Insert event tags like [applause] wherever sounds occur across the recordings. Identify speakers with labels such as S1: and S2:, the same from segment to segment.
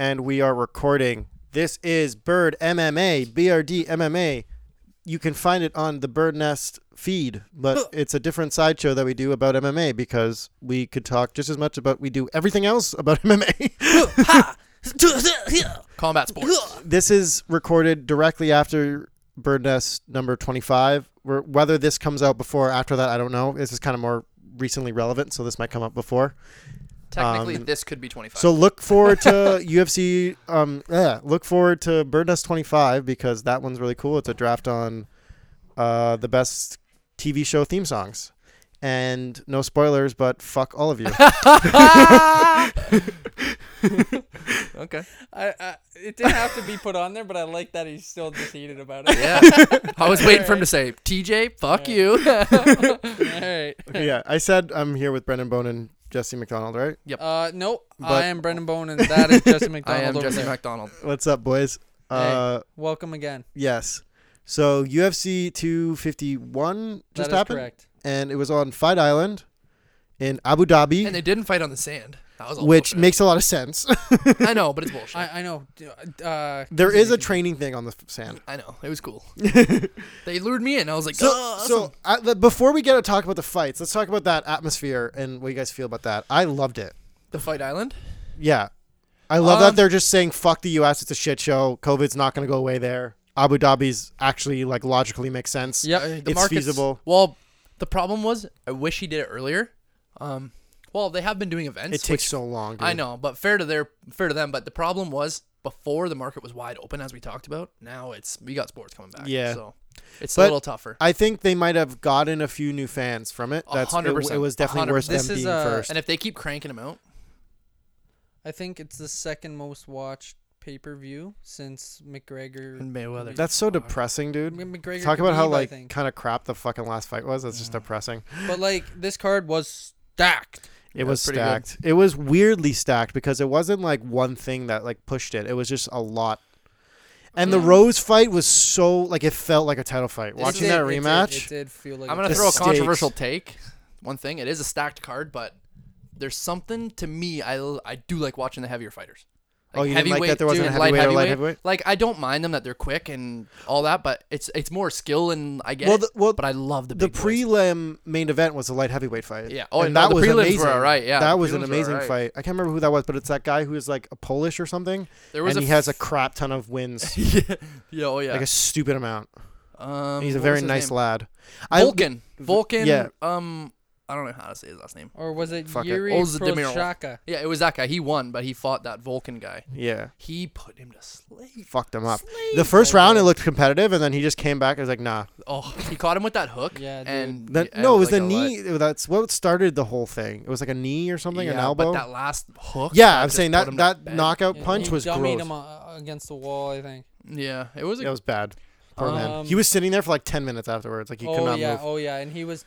S1: and we are recording. This is Bird MMA, BRD MMA. You can find it on the Bird Nest feed, but it's a different sideshow that we do about MMA because we could talk just as much about we do everything else about [laughs] MMA.
S2: Combat sports.
S1: this is recorded directly after Bird Nest number 25. Where- Whether this comes out before or after that, I don't know. This is kind of more recently relevant, so this might come up before.
S2: Technically,
S1: Um,
S2: this could be 25.
S1: So look forward to UFC. Um, yeah, look forward to Bird Nest 25 because that one's really cool. It's a draft on uh, the best TV show theme songs. And no spoilers, but fuck all of you.
S2: okay.
S3: I, I it didn't have to be put on there, but I like that he's still just heated about
S2: [laughs]
S3: it.
S2: Yeah. I was waiting for him to say, TJ, fuck you. [laughs]
S3: All right.
S1: yeah, I said I'm here with Brendan Bone and Jesse McDonald, right?
S3: Uh, no,
S1: But-
S3: I am Brendan Bone, and that is Jesse McDonald.
S2: I am
S3: over
S2: Jesse
S3: there.
S2: McDonald.
S1: What's up, boys? Uh,
S3: Welcome again.
S1: Yes. So UFC 251
S3: That is
S1: just happened,
S3: correct.
S1: and it was on Fight Island in Abu Dhabi,
S2: And they didn't fight on the sand. That was all
S1: which
S2: bullshit.
S1: makes a lot of sense. [laughs]
S2: I know, but it's bullshit. I,
S3: I, I know. d- Uh,
S1: there is a training thing on the f- sand.
S2: know. It was
S1: [laughs]
S2: cool. they lured me in. I was like,
S1: So,
S2: "Oh,
S1: so I, the, before we get to talk about the fights, let's talk about that atmosphere and what you guys feel about that. I loved it.
S2: the fight island.
S1: Yeah, I love that
S2: Um,
S1: they're just saying "fuck the U.S." It's a shit show. COVID's not going to go away there. Abu Dhabi's actually like logically makes sense.
S3: Yep.
S2: Uh,
S1: It's
S2: market's-
S1: feasible.
S2: Well, the problem was, I wish he did it earlier. Um, well, they have been doing events.
S1: it takes
S2: which-
S1: so long. Dude.
S2: I know, but fair to their fair to them. But the problem was before the market was wide open, as we talked about. Now it's we got sports coming back.
S1: Yeah.
S2: so it's
S1: But
S2: a little tougher.
S1: I think they might have gotten a few new fans from it.
S2: A
S1: That's
S2: hundred
S1: it, w-
S2: percent.
S1: it was
S2: A
S1: definitely
S2: hundred
S1: worth them
S3: percent. This
S1: being
S3: is, uh,
S1: first.
S2: and if they keep cranking them out,
S3: I think it's the second most watched pay per view since McGregor.
S2: And Mayweather.
S1: That's so depressing, dude.
S3: M- McGregor.
S1: Talk about how
S3: Khabib, I
S1: like
S3: think.
S1: kind of crap the fucking last fight was. That's just depressing.
S3: But like this card was stacked.
S1: It was
S2: pretty good.
S1: stacked. It was weirdly stacked because it wasn't like one thing that like pushed it. It was just a lot. And the
S3: Yeah.
S1: Rose fight was so like it felt like a title fight.
S3: It
S1: Watching
S3: did-
S1: that
S3: it did-
S1: rematch,
S3: It did, feel like.
S2: I'm
S3: a
S2: gonna
S1: The
S2: throw a
S1: stakes.
S2: controversial take. One thing, it is a stacked card, but there's something to me. I l- I do like watching the heavier fighters.
S1: Oh, you didn't like that there wasn't a
S2: dude, light
S1: heavyweight or light heavyweight?
S2: Like I don't mind them that they're quick and all that, but it's it's more skill and I get.
S1: Well,
S2: it,
S1: the- well,
S2: but I love the
S1: the
S2: big boys.
S1: prelim main event was a light heavyweight fight.
S2: Yeah. Oh,
S1: and
S2: and no,
S1: that
S2: the
S1: was
S2: prelims were
S1: amazing.
S2: alright, yeah,
S1: that
S2: the
S1: was an
S2: prelims were
S1: amazing
S2: alright.
S1: fight. I can't remember who that was, but it's that guy who is like a Polish or something,
S2: There was
S1: and
S2: a
S1: he
S2: f-
S1: has a crap ton of wins,
S2: [laughs] yeah, yeah, oh [laughs] yeah.
S1: like a stupid amount.
S2: um,
S1: He's a
S2: what
S1: very
S2: was his
S1: nice
S2: name?
S1: lad.
S2: Vulcan. Vulcan.
S1: yeah.
S2: Um, I don't know how to say his last name.
S3: Or was it
S1: Fuck it.
S3: Yuri
S2: Ozdemir.
S3: Prochaka?
S2: Yeah, it was that guy. He won, but he fought that Vulcan guy.
S1: I, yeah,
S2: He put him to sleep.
S1: fucked him up. The first round it looked competitive, and then he just came back. and was like, nah.
S2: Oh, he caught him with that hook.
S3: Yeah, dude.
S2: and
S1: That,
S2: yeah,
S1: no, it was
S2: like
S1: the
S2: a
S1: knee. That's what started the whole thing. It was like a knee or something,
S2: yeah,
S1: an elbow.
S2: But that last hook.
S1: yeah, I'm
S2: just
S1: saying
S2: put
S1: that
S2: him to
S1: that
S2: bed.
S1: knockout
S3: Yeah,
S1: punch
S3: he
S1: was
S3: dummied
S1: gross.
S3: him uh, against the wall. I think.
S2: [laughs] Yeah, it was. A,
S1: It was bad. Poor man.
S3: Um,
S1: He was sitting there for like ten minutes afterwards. Like he could
S3: oh
S1: not
S3: yeah,
S1: move.
S3: oh yeah, and he was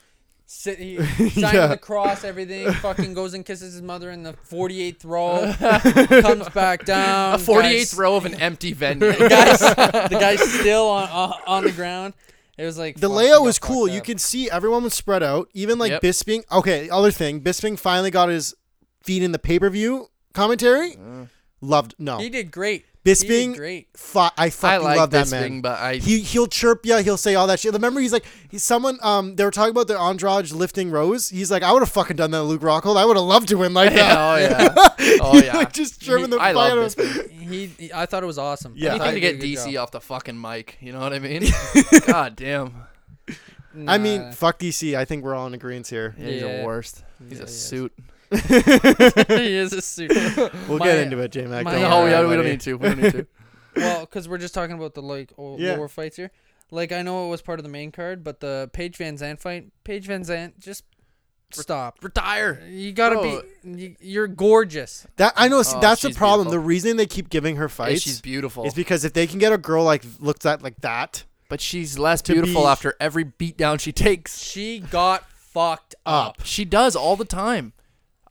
S1: [laughs]
S3: sit he signing
S1: Yeah.
S3: the cross, everything. Fucking goes and kisses his mother in the 48th
S1: [laughs]
S3: row, comes back
S2: [laughs]
S3: down.
S2: a 48th
S3: Um, guy's-
S2: row of
S1: [laughs]
S2: an empty venue.
S3: The guy's, the guy's still on uh, on the ground. It was like
S1: The
S3: fuck,
S1: layout
S3: he
S1: was
S3: got
S1: cool.
S3: fucked
S1: You
S3: up.
S1: could see everyone was spread out. Even like
S2: Yep.
S1: Bisping. Okay, other thing. Bisping finally got his feet in the pay per view commentary. Loved. No.
S3: He did great. he
S1: Bisping.
S3: did great.
S1: Fu- I
S2: I
S1: fucking
S2: like
S1: love that
S2: this
S1: man.
S2: thing, but I.
S1: he he'll chirp you. He'll say all that shit. Remember, he's like he's someone. Um, they were talking about the Andrade lifting Rose. He's like, I would have fucking done that, to Luke Rockhold. I would have loved to win like that.
S2: oh [laughs] [laughs] yeah.
S1: [laughs]
S2: Oh
S1: He's,
S2: yeah.
S1: like, just chirping the
S2: I
S1: fuck out
S2: love
S1: of
S2: this. man.
S3: He, he- I thought it was awesome.
S1: Yeah.
S3: I
S2: Anything
S3: thought
S2: to
S3: he
S2: get
S3: did a good
S2: DC
S3: job.
S2: off the fucking mic. You know what
S1: [laughs]
S2: I mean? God damn.
S1: I mean,
S3: Nah.
S1: fuck DC. I think we're all in agreement here.
S2: Yeah, he's
S3: Yeah.
S2: the worst. He's
S3: Yeah,
S2: a
S3: he is.
S2: [laughs] suit.
S3: he is [laughs] a super.
S1: We'll
S3: My-
S1: get into it, J Mac.
S3: my-
S1: Don't
S3: Yeah,
S2: no,
S1: worry,
S2: we, don't- we don't
S1: buddy.
S2: need to. We don't need to.
S3: well, because we're just talking about the like o-
S1: Yeah.
S3: lower fights here. Like I know it was part of the main card, but the Paige Van Zant fight, Paige Van Zant, just stop.
S2: [laughs] Retire.
S3: You gotta
S2: Bro.
S3: be. You, you're gorgeous.
S1: That I know. See,
S2: Oh,
S1: that's the
S2: she's
S1: problem.
S2: beautiful.
S1: The reason they keep giving her
S2: Yeah,
S1: fights
S2: she's beautiful.
S1: is because if they can get a girl like looked at like that,
S2: but she's less
S1: to
S2: beautiful
S1: be-
S2: after every beatdown she takes.
S3: She got fucked up.
S2: She does all the time.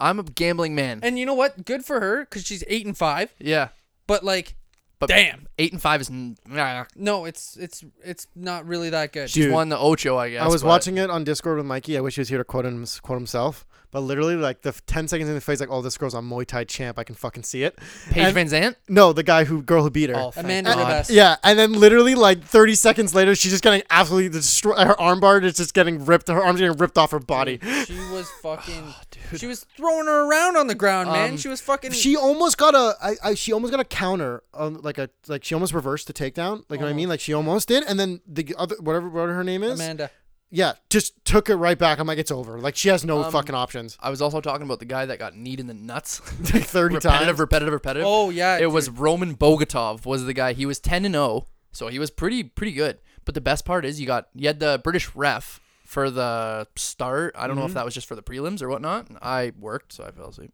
S2: I'm a gambling man.
S3: And you know what? Good for her because she's eight and five.
S2: yeah.
S3: But like,
S2: But
S3: damn,
S2: Eight and five is n- nah.
S3: No, it's it's it's not really that good.
S2: She's
S1: Dude.
S2: won the Ocho, I guess.
S1: I was
S2: but-
S1: watching it on Discord with Mikey. I wish he was here to quote, him, quote himself. But literally, like the f- 10 seconds in the face, like, oh, this girl's on Muay Thai champ. I can fucking see it.
S2: Paige
S1: and-
S2: Van Zant.
S1: No, the guy who, girl who beat her.
S2: Oh, thank
S3: Amanda
S2: God.
S3: Ribas.
S1: Yeah, and then literally like 30 seconds later, she's just getting absolutely destroyed. Her armbar is just getting ripped. Her arms getting ripped off her body.
S3: She
S2: [sighs]
S3: was fucking. she was throwing her around on the ground, man.
S2: Oh, Um,
S3: She was fucking.
S1: She almost got a, I, I, she almost got a counter, um, like a, like she almost reversed the takedown. Like you know what
S2: Oh.
S1: I mean? Like she almost did, and then the other, whatever, whatever her name is,
S3: Amanda.
S1: yeah, just took it right back. I'm like, it's over. Like she has no
S2: Um,
S1: fucking options.
S2: I was also talking about the guy that got kneed in the [laughs] nuts.
S1: Like 30
S2: repetitive,
S1: times.
S2: repetitive, repetitive.
S3: Oh yeah.
S2: it was Roman Bogatov was the guy. He was ten and zero, so he was pretty pretty good. But the best part is you got you had the British ref for the start. I don't know if that was just for the prelims or whatnot. I worked, so I fell asleep.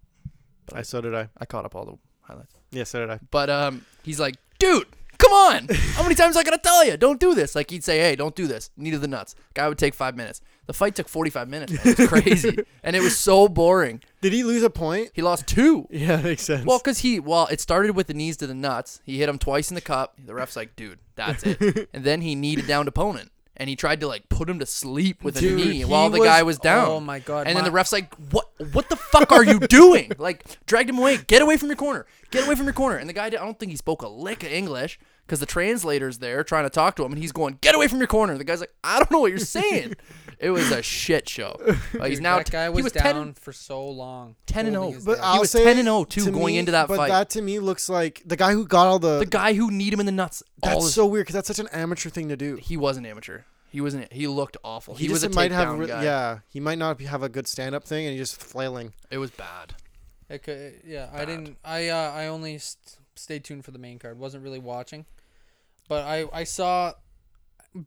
S1: I so did I.
S2: I caught up all the highlights.
S1: Yeah, so did I.
S2: But um, he's like, dude, come on. How many times I gotta tell you? Don't do this. Like he'd say, hey, don't do this. Knee to the nuts. Guy would take five minutes. The fight took forty five minutes. Man. It was crazy, and it was so boring.
S1: Did he lose a point?
S2: He lost two.
S1: Yeah, that makes sense.
S2: Well, because he, well, it started with the knees to the nuts. He hit him twice in the cup. The ref's like, dude, that's
S3: [laughs]
S2: it. and then he kneed a downed opponent. And he tried to like put him to sleep with
S3: Dude,
S2: a knee
S3: he
S2: while the
S3: was-
S2: guy was down.
S3: oh my God,
S2: And then
S3: my-
S2: the ref's like, "What? What the fuck are you
S3: [laughs]
S2: doing?" Like, dragged him away. Get away from your corner. Get away from your corner. And the guy, did, I don't think he spoke a lick of English because the translator's there trying to talk to him, and he's going, "Get away from your corner." The guy's like, "I don't know what you're saying." it was a shit
S3: [laughs]
S2: show. Like, he's
S3: Dude,
S2: now
S3: that guy
S2: he
S3: was,
S2: 10
S3: down for so long.
S2: 10 and oh, 0.
S3: holding his
S1: but
S3: down.
S1: I'll
S2: was
S1: say
S2: 10 and 0 too
S1: to
S2: going
S1: me-
S2: into that
S1: but
S2: fight.
S1: that to me looks like the guy who got all the.
S2: the guy who need him in the nuts. all
S1: that's
S2: his-
S1: so weird because that's such an amateur thing to do.
S2: he was an amateur. He was an, he looked awful. He, was a
S1: just
S2: takedown
S1: might have re-
S2: guy.
S1: yeah he might not be- have a good stand up thing and he's just flailing
S2: It was bad.
S3: It could- yeah, I didn't. I uh, I only st- stayed tuned for the main card. wasn't really watching, but I I saw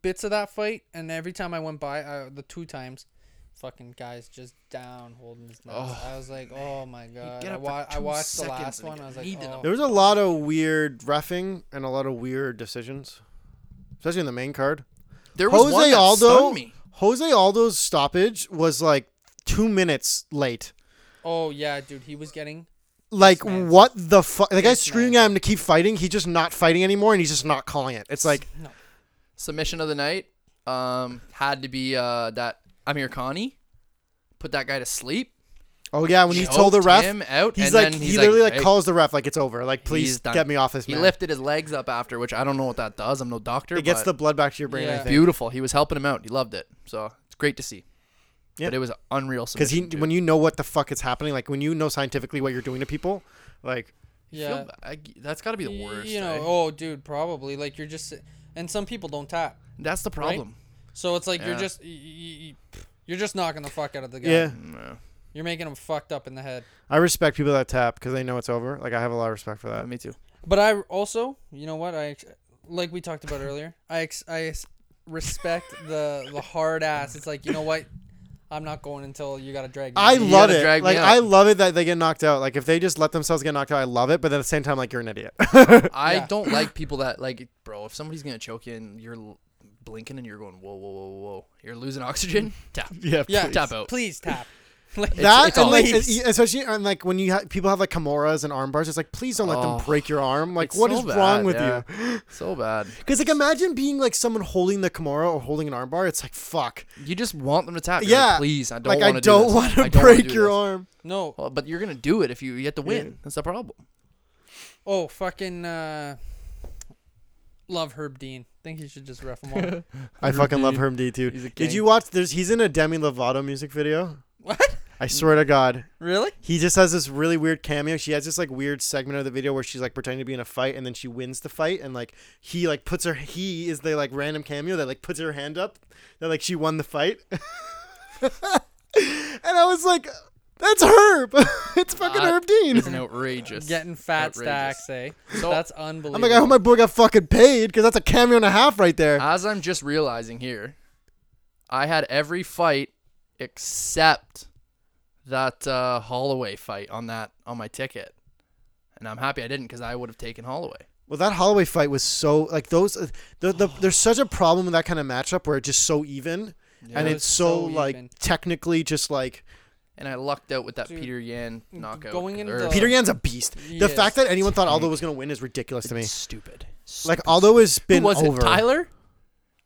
S3: bits of that fight, and every time I went by, I, the two times, fucking guys just down holding his nuts. I was like, oh my god.
S2: get
S3: I,
S2: up for
S3: wa- I
S2: two
S3: watched the
S2: seconds
S3: last
S2: and
S3: one.
S2: get
S3: I was like,
S2: kneed in
S3: oh.
S1: there was a lot of weird refing and a lot of weird decisions especially in the main card
S2: There was
S1: Jose
S2: one that
S1: Aldo-
S2: stunned me.
S1: jose aldo's stoppage was like two minutes late
S3: oh yeah, dude, he was getting
S1: like
S3: man.
S1: what the fuck the guy's
S3: This
S1: screaming
S3: man.
S1: at him to keep fighting he's just not fighting anymore and he's just not calling it it's like
S3: no.
S2: Submission of the night um, had to be uh, that Amir Khani put that guy to sleep.
S1: oh yeah when he told the
S2: choked
S1: ref
S2: him out,
S1: he's
S2: and
S1: like
S2: then
S1: he
S2: he's
S1: literally like
S2: "Hey,
S1: calls the ref like it's over like
S2: he's
S1: please
S2: done."
S1: get me off this
S2: He
S1: man
S2: lifted his legs up after, which I don't know what that does. I'm no doctor.
S1: it gets the
S2: but
S1: blood back to your brain i
S3: Yeah.
S1: think
S2: beautiful. He was helping him out. He loved it. So it's great to see.
S1: Yeah.
S2: But it was an unreal submission.
S1: because he
S2: dude.
S1: when you know what the fuck is happening like when you know scientifically what you're doing to people like
S2: You feel
S3: Yeah,
S2: ba- I g- that's got to be the worst.
S3: You know,
S2: eh?
S3: oh dude, probably like you're just, and some people don't tap,
S2: that's the problem.
S3: so it's like you're
S2: Yeah.
S3: just y- y- y- you're just knocking the fuck out of the guy.
S1: yeah
S2: No.
S3: You're making him fucked up in the head.
S1: I respect people that tap because they know it's over. Like I have a lot of respect for that.
S2: Uh, me too.
S3: But I also, you know what? I ex- like we talked about earlier. I ex- I s- respect the the hard ass. It's like you know what? I'm not going until you got to drag. me.
S1: I
S2: You
S1: love
S2: gotta
S1: it.
S2: drag me
S1: Like
S2: out.
S1: I love it that they get knocked out. Like if they just let themselves get knocked out, I love it. But at the same time, like you're an idiot. [laughs]
S2: I
S3: Yeah.
S1: [clears throat]
S2: don't like people that like, bro. If somebody's gonna choke you and you're l- blinking and you're going whoa whoa whoa whoa, you're losing oxygen. Tap.
S1: [laughs] yeah.
S3: yeah.
S2: Tap out.
S1: [laughs]
S3: Please tap. Like,
S1: That
S2: it's
S1: and
S2: all-
S1: like
S2: Please.
S1: es- especially and like when you ha- people have like kimuras and arm bars, it's like please don't let
S2: Oh,
S1: them break your arm. Like
S2: it's
S1: what
S2: so
S1: is
S2: bad,
S1: wrong with
S2: yeah.
S1: you?
S2: So bad.
S1: Because like imagine being like someone holding the kimura or holding an arm bar. It's like fuck.
S2: You just want them to tap. You're like,
S1: yeah.
S2: Please, I don't
S1: like
S2: want
S1: I
S2: to.
S1: don't
S2: want
S1: want
S2: to
S1: to break your arm.
S3: no.
S2: Well, but you're gonna do it if you you have to win. That's the problem.
S3: Oh fucking. Uh, love Herb Dean. Think he should just ref him
S1: [laughs]
S3: all.
S1: I fucking love Herm D too.
S2: He's a
S1: Did
S2: king.
S1: you watch? There's he's in a Demi Lovato music video.
S3: what?
S1: I swear to God.
S3: Really?
S1: He just has this really weird cameo. She has this like weird segment of the video where she's like pretending to be in a fight and then she wins the fight and like he like puts her he is the like random cameo that like puts her hand up that like she won the fight. [laughs] and I was like, that's Herb. [laughs] it's fucking
S2: That
S1: Herb Dean.
S2: It's an outrageous.
S3: Getting fat
S2: outrageous.
S3: stacks, eh?
S2: So-
S3: That's unbelievable.
S1: I'm like, I hope Oh my boy got fucking paid because that's a cameo and a half right there.
S2: As I'm just realizing here, I had every fight except that uh, Holloway fight on that on my ticket, and I'm happy I didn't because I would have taken Holloway.
S1: Well, that Holloway fight was so like those. uh, The,
S2: [sighs]
S1: the, there's such a problem with that kind of matchup where it's just so even, and
S3: It
S1: it's
S3: was
S1: so,
S3: so
S1: like
S3: even.
S1: technically just like
S2: and I lucked out with that
S3: Dude,
S2: Peter Yan knockout.
S3: going
S2: or-
S3: into-
S1: Peter Yan's a beast. The
S3: Yes.
S1: fact that anyone thought Aldo was going to win is ridiculous to me.
S2: Stupid.
S1: Like, although it's been
S2: Who was
S1: over,
S2: it? Tyler?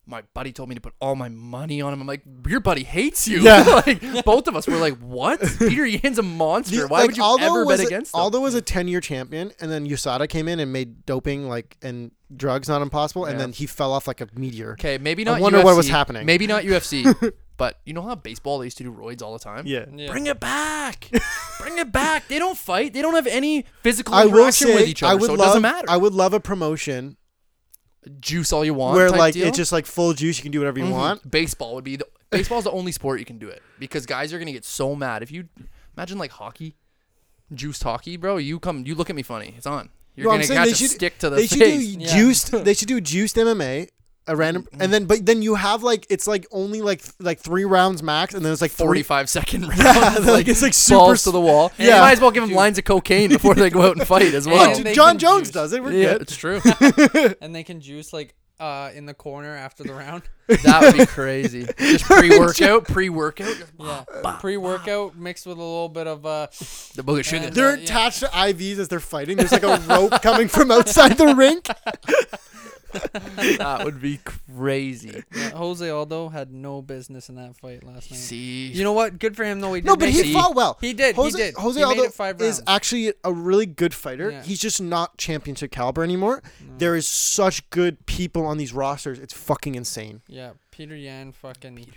S2: My buddy told me to put all my money on him. I'm like, your buddy hates you.
S1: Yeah.
S2: [laughs] like both of us were like,
S1: [laughs]
S2: what? Peter Yan's a monster.
S1: The-
S2: Why
S1: like,
S2: would you
S1: Aldo
S2: ever
S1: was
S2: bet
S1: a-
S2: against him?
S1: Aldo was a ten-year champion, and then USADA came in and made doping like and drugs not impossible, and
S2: Yeah.
S1: then he fell off like a meteor.
S2: Okay, maybe not.
S1: wonder what was
S2: UFC,
S1: happening. [laughs]
S2: Maybe not UFC, but you know how baseball they used to do roids all the time.
S1: Yeah.
S3: Yeah.
S2: Bring
S1: [laughs]
S2: it back. Bring it back. They don't fight. They don't have any physical
S1: I will
S2: interaction
S1: say,
S2: with each other,
S1: I would
S2: so it
S1: love,
S2: doesn't matter.
S1: I would love a promotion
S2: Juice all you want.
S1: where
S2: type
S1: like
S2: deal.
S1: it's just like full juice. You can do whatever you
S2: Mhm.
S1: want.
S2: Baseball would be the baseball's the only sport you can do it because guys are gonna get so mad if you imagine like hockey, juiced hockey, bro. You come, you look at me funny. It's on. You're
S1: No, I'm
S2: gonna
S1: saying
S2: catch
S1: they
S2: a
S1: should-
S2: stick to the
S1: They should
S2: face.
S1: do
S3: Yeah. Mm-hmm.
S1: juiced.
S3: [laughs]
S1: They should do juiced MMA. A random, and then but then you have like it's like only like th- like three rounds max, and then it's like three- [laughs]
S2: Forty-five second round,
S1: like,
S2: [laughs]
S1: it's, like, super
S2: balls to
S1: s-
S2: the wall.
S1: [laughs] Yeah.
S2: Yeah, might as well give them
S3: Dude.
S2: lines of cocaine before they go out and
S1: [laughs]
S2: fight as well.
S1: Oh,
S3: And
S1: dude,
S3: they
S1: John
S3: can
S1: Jones
S3: juice.
S1: does it. We're
S2: yeah,
S1: good.
S2: it's [laughs] true.
S3: and they can juice like uh in the corner after
S1: [laughs]
S3: the round.
S2: That would be crazy. Just pre-workout, pre-workout,
S3: Yeah, pre-workout mixed with a little bit of uh.
S2: the book of sugar.
S3: And-
S1: They're
S3: Yeah.
S1: attached to IVs as they're fighting. There's like a
S3: [laughs]
S1: rope coming from outside the rink.
S2: That would be [laughs] crazy.
S3: yeah, Uh, Jose Aldo had no business in that fight last night.
S2: See,
S3: You know what? Good for him though. He did
S1: No, but
S3: make
S1: he
S3: it.
S2: See?
S1: fought well.
S3: He did, he
S1: Jose,
S3: did.
S1: Jose
S3: He made
S1: Aldo
S3: it five
S1: is
S3: rounds.
S1: actually a really good fighter.
S3: Yeah. Mm.
S1: He's just not championship caliber anymore. There is such good people on these rosters. It's fucking insane.
S3: Yeah, Peter Yan fucking. Peter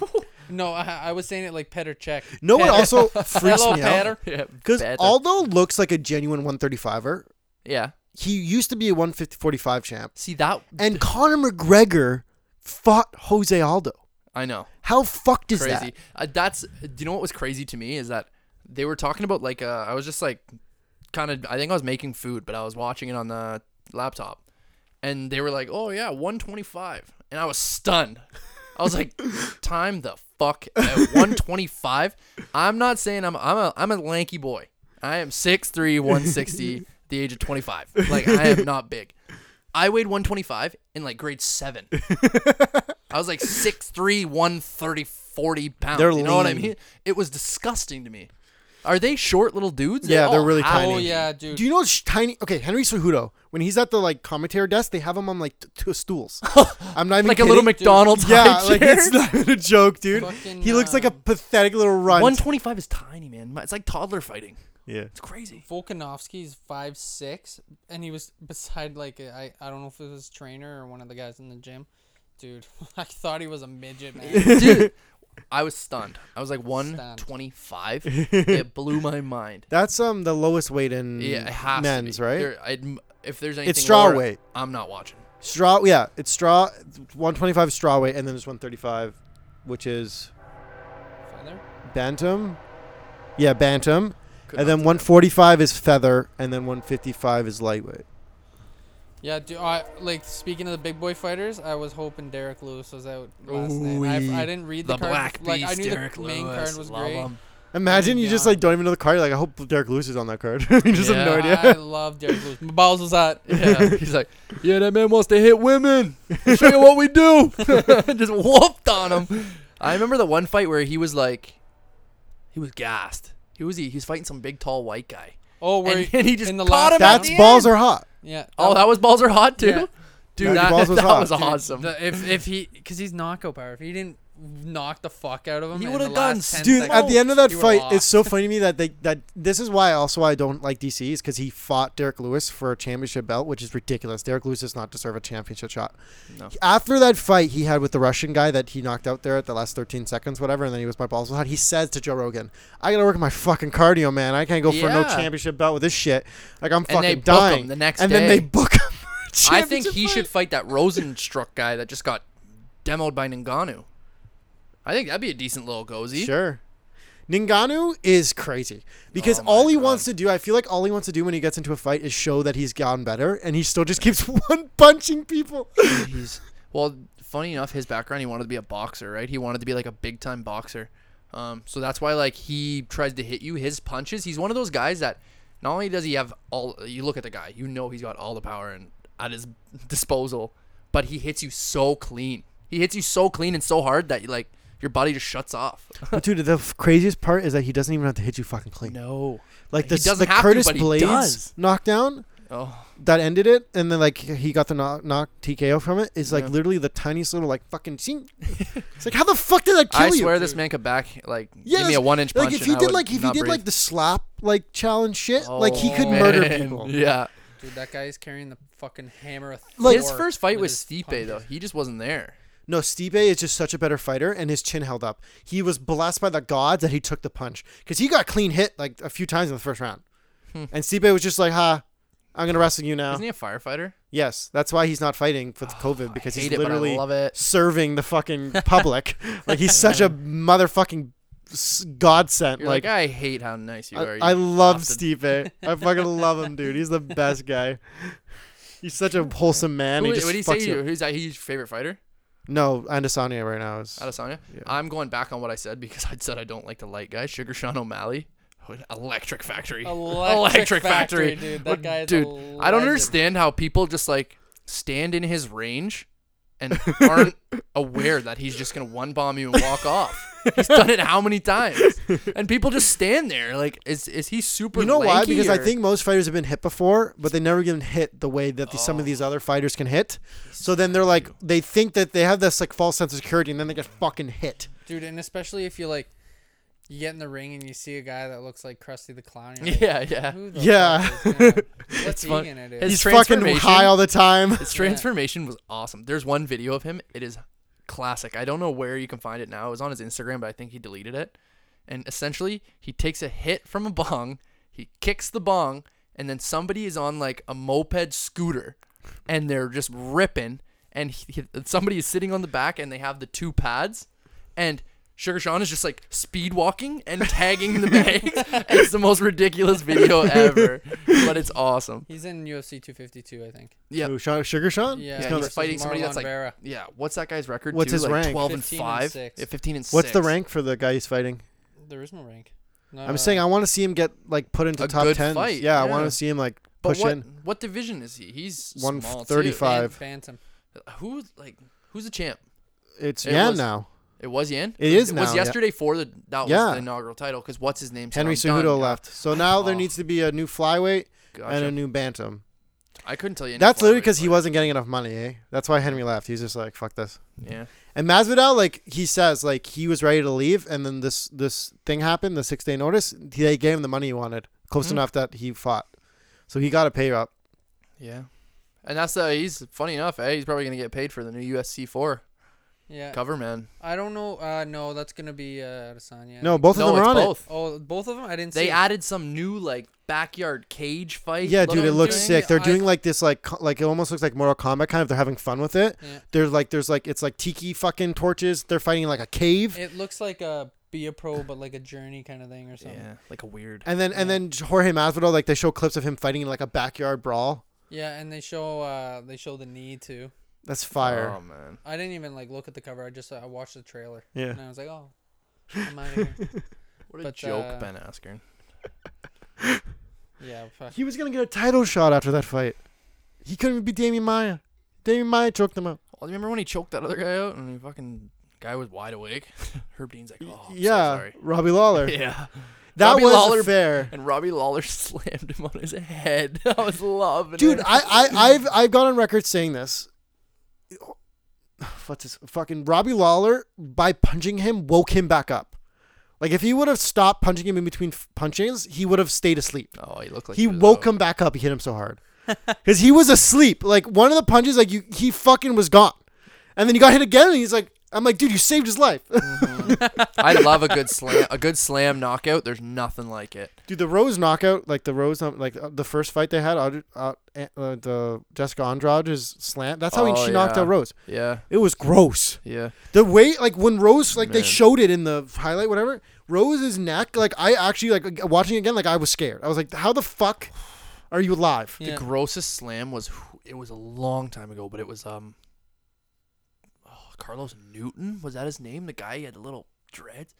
S3: Yan. no, I, I was saying it like Petr Cech.
S1: No one [laughs]
S3: Petter. [laughs]
S1: also freaks
S3: Hello,
S1: me out
S3: Petter.
S2: [laughs]
S1: [laughs]
S2: yeah,
S1: because
S2: better.
S1: Aldo looks like a genuine 135er.
S2: yeah.
S1: He used to be a 150 45 champ,
S2: See that? [laughs]
S1: and Conor McGregor fought Jose Aldo.
S2: I know.
S1: How fucked is
S2: crazy.
S1: that?
S2: Uh, that's do you know what was crazy to me is that they were talking about like uh, I was just like kind of I think I was making food, but I was watching it on the laptop, and they were like, "Oh yeah, 125," and I was stunned. I was like, "Time the fuck at 125." I'm not saying I'm I'm a I'm a lanky boy. I am 6'3", 160,
S1: [laughs]
S2: the age of 25. Like I am not big. I weighed 125 in like
S1: [laughs]
S2: grade seven. I was like 6'3, 130, 40 pounds.
S1: They're
S2: you know what I
S1: lean.
S2: mean? It was disgusting to me. Are they short little dudes?
S1: Yeah, they're
S2: all
S1: really
S2: out.
S1: tiny.
S3: Oh yeah, dude.
S1: Do you know sh- tiny? Okay, Henry Cejudo. When he's at the like commentary desk, they have him on like t- two
S2: [laughs]
S1: stools. I'm not even
S2: Like a
S1: kidding.
S2: little McDonald's
S1: Yeah,
S2: type
S1: like
S2: chair. um,
S1: it's not even a joke, dude.
S3: Fucking,
S1: he looks like a
S3: uh,
S1: pathetic little runt.
S2: 125 is tiny, man. It's like toddler fighting.
S1: yeah.
S2: It's crazy.
S3: Volkanovski's five six, and he was beside like a, I I don't know if it was his trainer or one of the guys in the gym. Dude, [laughs] I thought he was a midget
S1: [laughs]
S3: man.
S2: Dude, I was stunned. I was like
S1: [laughs]
S3: Stunned.
S2: 125. it blew my mind.
S1: That's um the lowest weight in
S2: Yeah, it has
S1: Mm, men's,
S2: to be.
S1: right?
S2: There- I'd- if there's anything
S1: straw
S2: lower,
S1: weight.
S2: I'm not watching.
S1: straw, yeah, it's straw, 125 straw weight, and then there's 135, which is
S3: Feather?
S1: bantam. Yeah, bantam,
S2: Could
S1: and
S2: not
S1: then
S2: do
S1: 145 is feather, and then 155 is lightweight.
S3: Yeah, dude. I like speaking of the big boy fighters. I was hoping Derek Lewis was out last night.
S2: Ooh-wee.
S3: I, I didn't read
S2: that.
S3: the,
S2: The
S3: card.
S2: Black Beast,
S3: like I knew
S2: Derek
S3: the main
S2: Lewis.
S3: card was
S2: love
S3: great. [laughs]
S2: him.
S1: Imagine you just
S3: God.
S1: like don't even know the card. You're Like I hope Derek Lewis is on that card. [laughs] you just have no
S2: Yeah.
S1: idea.
S3: I love Derek Lewis. Balls was out.
S1: [laughs]
S2: Yeah, he's like, yeah, that man wants to hit women. I'll show you what we do. [laughs] Just whooped on him. I remember the one fight where he was like, he was gassed. Who was he? He was fighting some big, tall white guy.
S3: Oh, where
S2: And-
S3: he,
S2: and he just
S3: in the
S2: caught
S3: last
S2: him
S3: round-
S2: at
S1: That's
S2: the
S1: balls
S2: end.
S1: are hot.
S3: Yeah.
S2: Oh, that was balls are hot too.
S3: Yeah.
S1: Yeah,
S2: Dude, that,
S1: balls was
S2: [laughs] that
S1: hot.
S2: was
S1: Dude,
S2: awesome.
S3: Oh, The, if if he because he's knockout power. If he didn't knock the fuck out of him,
S2: He
S3: in
S2: would've
S3: the
S2: done
S3: last 10
S1: Dude, at the end of that
S3: he would've
S1: fight,
S3: lost.
S1: it's so funny to me that they that this is why also I don't like DC is because he fought Derek Lewis for a championship belt, which is ridiculous. Derek Lewis does not deserve a championship shot.
S2: No.
S1: After that fight he had with the Russian guy that he knocked out there at the last 13 seconds, whatever, and then he was my balls was hot. He says to Joe Rogan, "I gotta work on my fucking cardio, man. I can't go for no
S2: Yeah.
S1: championship belt with this shit. Like I'm
S2: And they
S1: fucking
S2: book
S1: dying."
S2: him the next
S1: and
S2: day.
S1: then they book him. for a
S2: I think
S1: championship
S2: he
S1: fight.
S2: should fight that Rosenstruck guy that just got demoed by Ngannou. I think that'd be a decent little gozy.
S1: Sure. Ninganu is crazy because
S2: Oh my
S1: all he
S2: God.
S1: wants to do, I feel like all he wants to do when he gets into a fight is show that he's gotten better, and he still just keeps [laughs] one punching
S2: [laughs]
S1: people.
S2: He's well, funny enough, his background he wanted to be a boxer, right? He wanted to be like a big time boxer. Um, so that's why like he tries to hit you. His punches, he's one of those guys that not only does he have all you look at the guy, you know he's got all the power and at his [laughs] disposal, but he hits you so clean. He hits you so clean and so hard that you like your body just shuts off.
S1: But dude, the f- craziest part is that he doesn't even have to hit you fucking clean.
S2: no.
S1: Like the,
S2: He doesn't
S1: the
S2: have to,
S1: Curtis
S2: but he
S1: Blades
S2: does.
S1: knockdown,
S2: Oh,
S1: that ended it, and then like he got the knock, knock TKO from it is like
S2: Yeah.
S1: literally the tiniest little like fucking.
S2: [laughs]
S1: zing. it's like how the fuck did that kill
S2: I
S1: you?
S2: swear this man could back like give
S1: Yes,
S2: me a one inch punch.
S1: Like if
S2: and
S1: you
S2: I
S1: did
S2: would
S1: like if you
S2: not
S1: did
S2: breathe.
S1: like the slap like challenge shit, like he could
S3: Oh,
S1: murder
S2: [laughs] man.
S1: people.
S2: Yeah,
S3: Dude, that guy is carrying the fucking hammer. Of
S1: Like-
S2: his
S3: Thor
S2: first fight
S3: with
S2: was
S3: his
S2: Stipe
S3: punches.
S2: though. He just wasn't there.
S1: No, Stipe is just such a better fighter, and his chin held up. He was blessed by the gods that he took the punch because he got clean hit like a few times in the first round, and Stipe was just like, "Ha, I'm gonna wrestle you now."
S2: Hmm. Isn't he a firefighter?
S1: yes, that's why he's not fighting
S2: [sighs]
S1: for COVID because
S2: I
S1: he's
S2: hate it, but I
S1: literally
S2: love it.
S1: serving the fucking
S2: [laughs]
S1: public. like he's such a motherfucking s- godsend.
S2: You're like, I hate how nice you are.
S1: I,
S2: you
S1: I love
S2: bastard."
S1: Stipe.
S2: [laughs]
S1: I fucking love him, dude. He's the best guy. He's such a wholesome man.
S2: Who,
S1: He
S2: what
S1: just
S2: did he
S1: fucks
S2: say?
S1: you.
S2: You? Who's that? He's your favorite fighter?
S1: No, Andesanya right now is.
S2: Adesanya. I'm going back on what I said because [laughs] I said I don't like the light guy. Sugar Sean O'Malley. Electric Factory.
S3: Electric Factory, dude. That
S2: What-
S3: guy is a
S2: dude, I don't
S3: legend.
S2: understand how people just like stand in his range
S1: [laughs]
S2: and aren't aware that he's just gonna one bomb you and walk off. He's done it how many
S1: [laughs]
S2: times? And people just stand there. Like, is is he super?
S1: You know why?
S2: lanky
S1: Because I
S2: or-
S1: think most fighters have been hit before, but they never get hit the way that the, some of these other fighters can hit. So then they're like, they think that they have this like false sense of security, and then they get fucking hit.
S3: dude, and especially if you like, you get in the ring and you see a guy that looks like Krusty the Clown. You're
S2: [laughs]
S3: like,
S2: Yeah, yeah.
S3: Who the
S1: Yeah.
S2: [laughs]
S3: Fuck is him? What's he
S2: fun.
S3: gonna do?
S2: His
S1: He's fucking
S2: transformation-
S1: high all the time.
S2: His transformation was awesome. There's one video of him. It is classic. I don't know where you can find it now. It was on his Instagram, but I think he deleted it. And essentially, he takes a hit from a bong, he kicks the bong, and then somebody is on like a moped scooter and they're just ripping. And he, he- somebody is sitting on the back and they have the two pads. And Sugar Sean is just like speed walking and tagging the bags. it's the most ridiculous video ever, but it's awesome.
S3: He's in UFC 252, I think.
S1: [laughs]
S2: Yeah,
S1: Who, Sha- Sugar Sean?
S3: Yeah,
S1: He's
S2: yeah,
S1: going-
S2: he's
S3: versus
S2: fighting somebody that's
S3: Marlon
S2: like,
S3: Vera.
S2: yeah. What's that guy's record?
S1: What's
S2: too?
S1: his
S2: like
S1: rank?
S2: Twelve and
S3: 15 and
S2: five.
S3: six.
S2: Yeah, fifteen and
S1: What's
S2: six. Uh,
S1: the rank for the guy he's fighting?
S3: There is no rank. No,
S1: I'm saying I want to see him get like put into
S2: A
S1: top
S2: good
S1: ten.
S2: fight,
S1: Yeah, I
S2: yeah.
S1: want to see him like
S2: But
S1: push
S2: what,
S1: in.
S2: what division is he? He's
S1: One
S2: small too.
S1: 35.
S3: Phantom.
S2: Who like who's the champ?
S1: It's
S2: It
S1: Yan
S2: was-
S1: now.
S2: It was Yan.
S1: It is now,
S2: was
S1: yeah.
S2: yesterday for the that
S1: Yeah.
S2: was the inaugural title because what's his name? said,
S1: Henry
S2: "I'm
S1: Cejudo
S2: done."
S1: left, so now there
S2: Oh.
S1: needs to be a new flyweight
S2: Gotcha.
S1: and a new bantam.
S2: I couldn't tell you. any
S1: That's literally
S2: flyweight
S1: because he
S2: fight.
S1: wasn't getting enough money. eh? That's why Henry left. He's just like fuck this.
S2: Yeah.
S1: And Masvidal, like he says, like he was ready to leave, and then this this thing happened, the six day notice. They gave him the money he wanted, close
S2: Mhm.
S1: enough that he fought, so he got a pay up.
S2: Yeah. And that's uh, he's funny enough. Eh? He's probably gonna get paid for the new USC four
S3: Yeah.
S2: cover man.
S3: I don't know. Uh, no, that's gonna be uh, Adesanya.
S1: No, both
S2: no,
S1: of them
S2: it's
S1: are on
S2: both.
S3: Oh, both of them. I didn't see.
S2: They
S3: it.
S2: added some new like backyard cage
S1: it.
S2: fight.
S1: Yeah, dude, it
S2: looking
S1: looks
S2: thing.
S1: sick. They're
S3: I-
S1: doing like this, like co- like it almost looks like Mortal Kombat kind of. They're having fun with it.
S3: Yeah.
S1: There's like there's like it's like tiki fucking torches. They're fighting in, like a cave.
S3: It looks like a be a pro, but like a journey kind of thing or something. Yeah,
S2: Yeah, like a weird.
S1: And then and then Jorge Masvidal, like they show clips of him fighting in like a backyard brawl.
S3: and they show uh they show the knee too.
S1: That's fire.
S2: Oh man.
S3: I didn't even like look at the cover. I just uh, I watched the trailer.
S1: Yeah.
S3: And I was like, oh, I'm out
S1: [laughs]
S3: of here.
S2: What a
S3: But,
S2: joke,
S3: uh,
S2: Ben Askren.
S3: yeah. Fuck.
S1: He was gonna get a title shot after that fight. He couldn't even beat Damien Maya. Damien Maya choked him out.
S2: Well, remember when he choked that other guy out and he fucking guy was wide awake? [laughs] Herb Dean's like, oh, I'm so
S1: yeah, [laughs]
S2: sorry."
S1: Robbie
S2: [laughs]
S1: Lawler.
S2: Yeah.
S1: That
S2: Robbie
S1: was
S2: Lawler- [laughs]
S1: fair.
S2: And Robbie Lawler slammed him on his head. [laughs] I was loving
S1: Dude,
S2: it.
S1: I, I, I've I've gone on record saying this. [sighs] What's his fucking Robbie Lawler by punching him woke him back up. Like if he would have stopped punching him in between f- punchings, he would have stayed asleep.
S2: [laughs] Oh, he looked like
S1: he
S2: was
S1: woke
S2: out.
S1: him back up. He hit him so
S2: [laughs]
S1: hard because he was asleep. Like one of the punches, like you, he fucking was gone, and then he got hit again, and he's like, "I'm like, dude, you saved his life,
S2: I love a good slam. A good slam knockout. There's nothing like it.
S1: dude." The Rose knockout, like the Rose, um, like uh, the first fight they had, out, out, uh, the Jessica Andrade's slant. That's how he-
S2: Oh,
S1: she knocked
S2: yeah.
S1: out Rose.
S2: Yeah,
S1: It was gross.
S2: yeah.
S1: The way, like when Rose, like they
S2: Man.
S1: showed it in the highlight, whatever. Rose's neck, like I actually like watching again, like I was scared. I was like, "How the fuck are you alive?"
S3: Yeah.
S2: The grossest slam was it was a long time ago, but it was um oh, Carlos Newton was that his name? The guy he had the little dreads.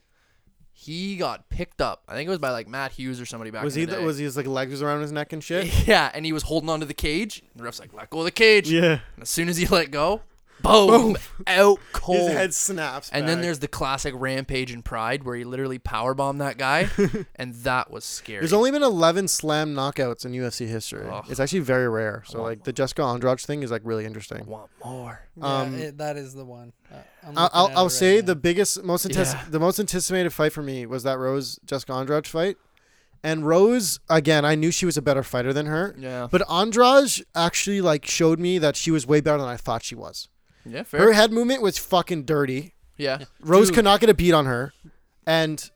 S2: He got picked up. I think it was by like Matt Hughes or somebody [sighs] back.
S1: Was
S2: in
S1: he?
S2: The
S1: The,
S2: day.
S1: was he his like legs was around his neck and
S2: [laughs]
S1: shit? [laughs]
S2: Yeah, and he was holding onto the cage. And the ref's like, "Let go of the cage."
S1: yeah.
S2: And as soon as he let go, boom, out cold.
S1: [laughs] His head snaps.
S2: and then
S1: back.
S2: there's the classic rampage in Pride where he literally powerbombed that
S1: [laughs]
S2: guy, and that was scary.
S1: There's only been 11 slam knockouts in UFC history.
S2: Ugh.
S1: It's actually very rare. So like the Jessica Andrade thing is like really interesting.
S2: want more.
S1: [laughs]
S3: Yeah,
S1: Um,
S3: it, that is the one. Uh, I'm
S1: I'll
S3: looking
S1: I'll,
S3: at it
S1: I'll
S3: right
S1: say
S3: now.
S1: the biggest, most antis-
S2: Yeah.
S1: the most anticipated fight for me was that Rose Jessica Andrade fight. And Rose, again, I knew she was a better fighter than her.
S2: Yeah.
S1: But Andrade actually like showed me that she was way better than I thought she was.
S2: Yeah, fair.
S1: Her head movement was fucking dirty.
S2: yeah.
S1: Rose
S3: Dude.
S1: could not get a beat on her. And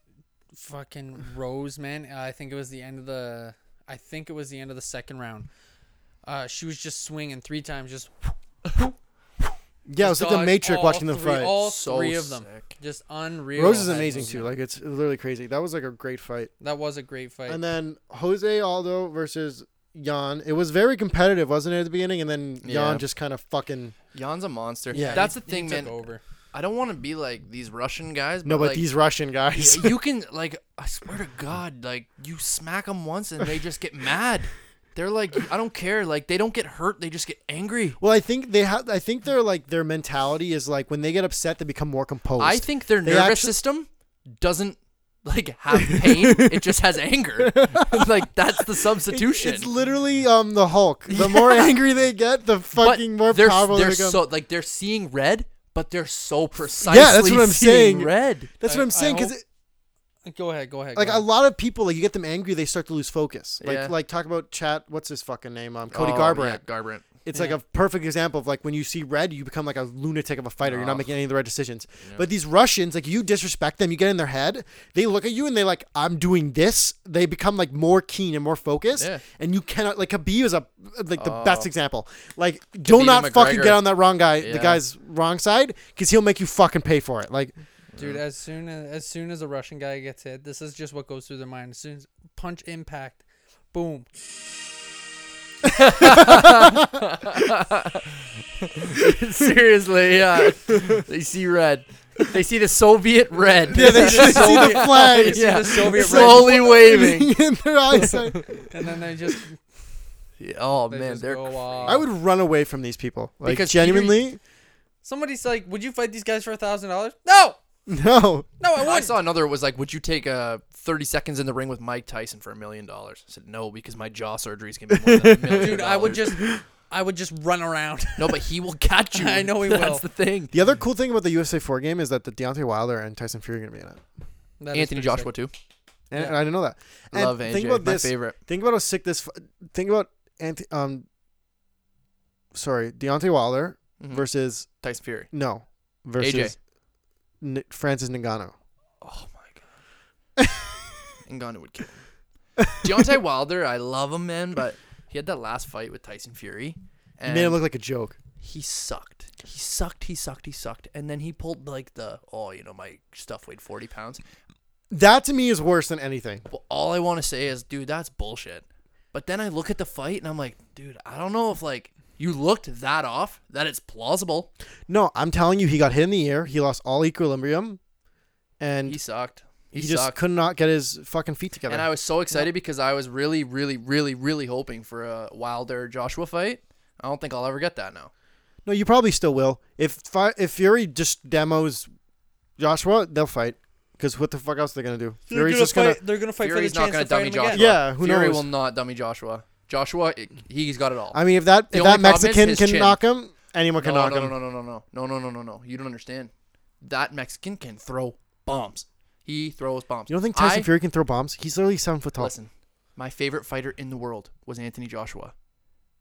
S3: fucking Rose, man. Uh, I think it was the end of the. I think it was the end of the second round. Uh, she was just swinging three times, just
S1: yeah, it was like the
S3: dodge
S1: Matrix
S3: all
S1: watching the
S3: three-
S1: fight.
S3: All
S2: So
S3: three of them,
S2: sick.
S3: just unreal.
S1: Rose is
S3: That
S1: amazing
S3: was-
S1: too. Like it's literally crazy. That was like a great fight.
S3: that was a great fight.
S1: And then Jose Aldo versus Jan. It was very competitive, wasn't it, at the beginning? And then
S2: Yeah.
S1: Jan just kind of fucking.
S2: Jan's a monster.
S1: Yeah.
S2: That's the
S3: He
S2: thing,
S3: took
S2: man.
S3: Over.
S2: I don't want to be like these Russian guys. But
S1: No, but
S2: like,
S1: these Russian guys. [laughs]
S2: Yeah, you can like I swear to God, like you smack them once and they just get mad. They're like, I don't care. Like they don't get hurt. They just get angry.
S1: well, I think they have. I think their like their mentality is like when they get upset, they become more composed.
S2: I think their
S1: They
S2: nervous
S1: actu-
S2: system doesn't like have pain. it just has anger. [laughs] like that's the substitution.
S1: it's literally um the Hulk. The
S2: [laughs]
S1: more angry they get, the
S2: But
S1: fucking more
S2: they're,
S1: powerful they
S2: they're
S1: become.
S2: so like they're seeing red, but they're so precise.
S1: yeah, that's what I'm saying.
S2: Red.
S1: That's what
S3: I-
S1: I'm
S3: I
S1: saying
S3: hope-
S1: because
S3: Go ahead, go ahead.
S1: like
S3: go
S1: a
S3: ahead.
S1: lot of people, like you get them angry, they start to lose focus. Like
S2: Yeah.
S1: like talk about chat. What's his fucking name? Um, Cody
S2: Oh,
S1: Garbrandt.
S2: yeah, Garbrandt.
S1: It's like a perfect example of like when you see red, you become like a lunatic of a fighter. You're not
S2: Ugh.
S1: making any of the right decisions. But these Russians, like you disrespect them, you get in their head. They look at you and they like, I'm doing this. They become like more keen and more focused.
S2: Yeah. Oh.
S1: And you cannot like Khabib is a like the best example. Like, do
S2: Khabib
S1: not fucking
S2: McGregor.
S1: get on that wrong guy,
S2: Yeah.
S1: the guy's wrong side, because he'll make you fucking pay for it.
S2: [laughs]
S1: Like,
S3: dude. As soon as as soon as a Russian guy gets hit, this is just what goes through their mind. As soon as punch impact, boom.
S2: [laughs] Seriously, yeah. they see red. They see the Soviet red.
S1: yeah, they, they
S2: [laughs]
S1: see the
S3: You
S1: flag
S3: see
S2: Yeah.
S3: the Soviet red,
S2: [laughs]
S1: [laughs]
S2: slowly waving.
S1: in their
S2: [laughs]
S1: eyesight.
S3: and then
S1: [laughs]
S3: they just
S2: Oh
S3: They
S2: man,
S3: just
S2: they're
S3: go
S2: crazy.
S3: off.
S1: I would run away from these people. Like
S2: Because Peter-
S1: genuinely,
S3: somebody's like, "Would you fight these guys for a
S1: [laughs]
S3: thousand dollars?" No,
S1: no.
S3: no, I
S2: I
S3: wouldn't.
S2: saw another was like, would you take uh, 30 seconds in the ring with Mike Tyson for a million dollars? I said no because my jaw surgery is gonna be more than [laughs] a million.
S3: Dude, I would
S2: dollars."
S3: just, I would just run around.
S2: no, but he will [laughs] catch you.
S3: I know he
S2: That's
S3: will.
S2: That's the thing.
S1: The other cool thing about the USA 4 game is that the Deontay Wilder and Tyson Fury are going to be in it.
S3: That is
S2: Anthony
S3: pretty
S2: Joshua too.
S3: sick.
S1: And,
S3: Yeah.
S1: and I didn't know that. And
S2: Love
S1: Think
S2: AJ.
S1: about
S2: my
S1: this.
S2: favorite.
S1: Think about how sick this. f- Think about Anth- um. Sorry, Deontay Wilder
S2: Mhm.
S1: versus
S2: Tyson Fury.
S1: no versus N- Francis Ngannou. [laughs]
S2: Oh my god. Ngannou would kill him.
S1: [laughs]
S2: Deontay Wilder, I love him, man, but he had that last fight with Tyson
S1: He
S2: Fury. And
S1: made it look like a joke.
S2: he sucked. He sucked, he sucked, he sucked. And then he pulled like the oh, you know, my stuff weighed forty pounds.
S1: That to me is worse than anything.
S2: Well, all I want to say is, dude, that's bullshit. But then I look at the fight and I'm like, dude, I don't know if like you looked that off, that it's plausible.
S1: No, I'm telling you, he got hit in the ear. He lost all equilibrium, and
S2: He
S1: he,
S2: sucked. He,
S1: just
S2: sucked.
S1: could not get his fucking feet together.
S2: And I was so excited because I was really, really, really, really hoping for a Wilder Joshua fight. I don't think I'll ever get that now.
S1: no, you probably still will. If fi- if Fury just demos Joshua, they'll fight. Because what the fuck else are they gonna do?
S3: They're
S1: Fury's
S3: gonna
S1: just gonna
S3: fight- They're gonna fight
S2: Fury's
S3: for the
S2: not
S3: chance
S2: going
S3: to
S2: to
S3: fight
S2: dummy
S3: him again.
S2: Joshua.
S1: Yeah, who
S2: Fury
S1: knows?
S2: will not dummy Joshua. Joshua, i- he's got it all.
S1: I mean, if that
S2: The
S1: if
S2: only
S1: that
S2: problem is
S1: Mexican
S2: his
S1: can
S2: chin.
S1: knock him, anyone
S2: no,
S1: can
S2: no,
S1: knock
S2: no,
S1: him.
S2: no, no, no, no, no, no, no, no, no. You don't understand. That Mexican can throw bombs. He throws bombs.
S1: You don't think Tyson
S2: I-
S1: Fury can throw bombs? He's literally seven foot tall.
S2: Listen, my favorite fighter in the world was Anthony Joshua.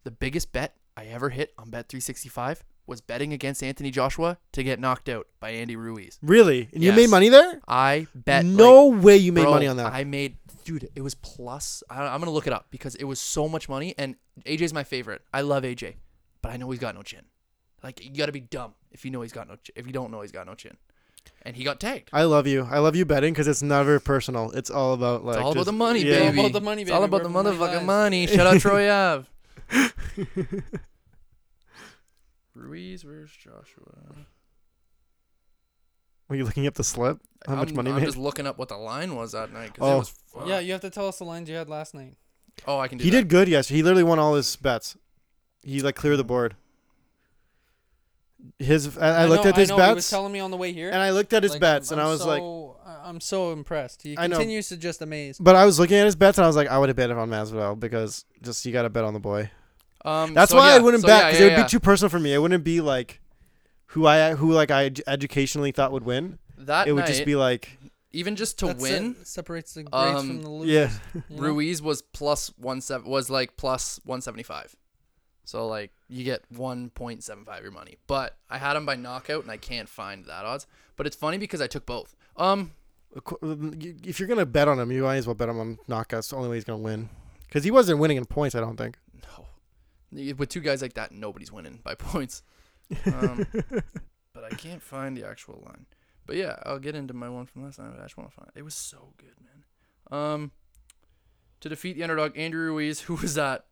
S2: The biggest bet I ever hit on Bet365 was betting against Anthony Joshua to get knocked out by Andy Ruiz.
S1: Really? And you
S2: Yes.
S1: made money there?
S2: I bet like,
S1: no way you made
S2: Bro,
S1: money on that.
S2: I made, dude, it was plus. I, I'm gonna look it up because it was so much money. And AJ's my favorite. I love AJ, but I know he's got no chin. Like you gotta be dumb if you know he's got no. Chin, if you don't know he's got no chin, and he got tagged.
S1: I love you. I love you betting because it's never personal. It's all about like
S2: It's all about
S1: just-
S2: the money,
S1: yeah.
S2: baby.
S3: It's all about the money,
S2: It's all
S3: baby,
S2: about the
S3: wherever the money
S2: motherfucking money.
S3: lies.
S2: Shut
S3: [laughs]
S2: up, Troy Ave. Ruiz versus Joshua.
S1: Were you looking up the slip? How much
S2: I'm,
S1: money
S2: I'm
S1: made?
S2: just looking up what the line was that night. 'cause
S1: Oh.
S2: it was fucked.
S3: Yeah, you have to tell us the lines you had last night.
S2: Oh, I can do
S1: He
S2: that.
S1: did good. Yes, he literally won all his bets. He like cleared the board. His I, I looked
S3: know-
S1: at his
S3: I know, He was
S1: bets
S3: telling me on the way here.
S1: and I looked at his
S3: like,
S1: bets
S3: I'm
S1: and I was like,
S3: so- uh, I'm so impressed. He
S1: I know.
S3: continues to just amaze.
S1: but I was looking at his bets and I was like, I would have bet on Masvidal because just you got to bet on the boy.
S2: Um,
S1: That's
S2: so
S1: why I
S2: yeah,
S1: wouldn't
S2: so
S1: bet
S2: yeah,
S1: because
S2: yeah,
S1: it would
S2: yeah.
S1: be too personal for me. It wouldn't be like who I who like I ed- educationally thought would win.
S2: That
S1: it would
S2: night,
S1: just be like
S2: even just to
S3: That's it.
S2: win.
S3: separates the greats
S2: Um,
S3: from the losers.
S1: yeah,
S3: you know?
S2: Ruiz was plus one seven was like plus one seventy five. So like you get one point seven five your money. But I had him by knockout and I can't find that odds. But it's funny because I took both. Um
S1: if you're gonna bet on him, you might as well bet on him knockouts. It's the only way he's gonna win because he wasn't winning in points. I don't think.
S2: no. With two guys like that, nobody's winning by [laughs] points. Um, but I can't find the actual line. But yeah, I'll get into my one from last night, but I just want to find it. It was so good, man. Um to defeat the underdog Andrew Ruiz, [laughs] who was that?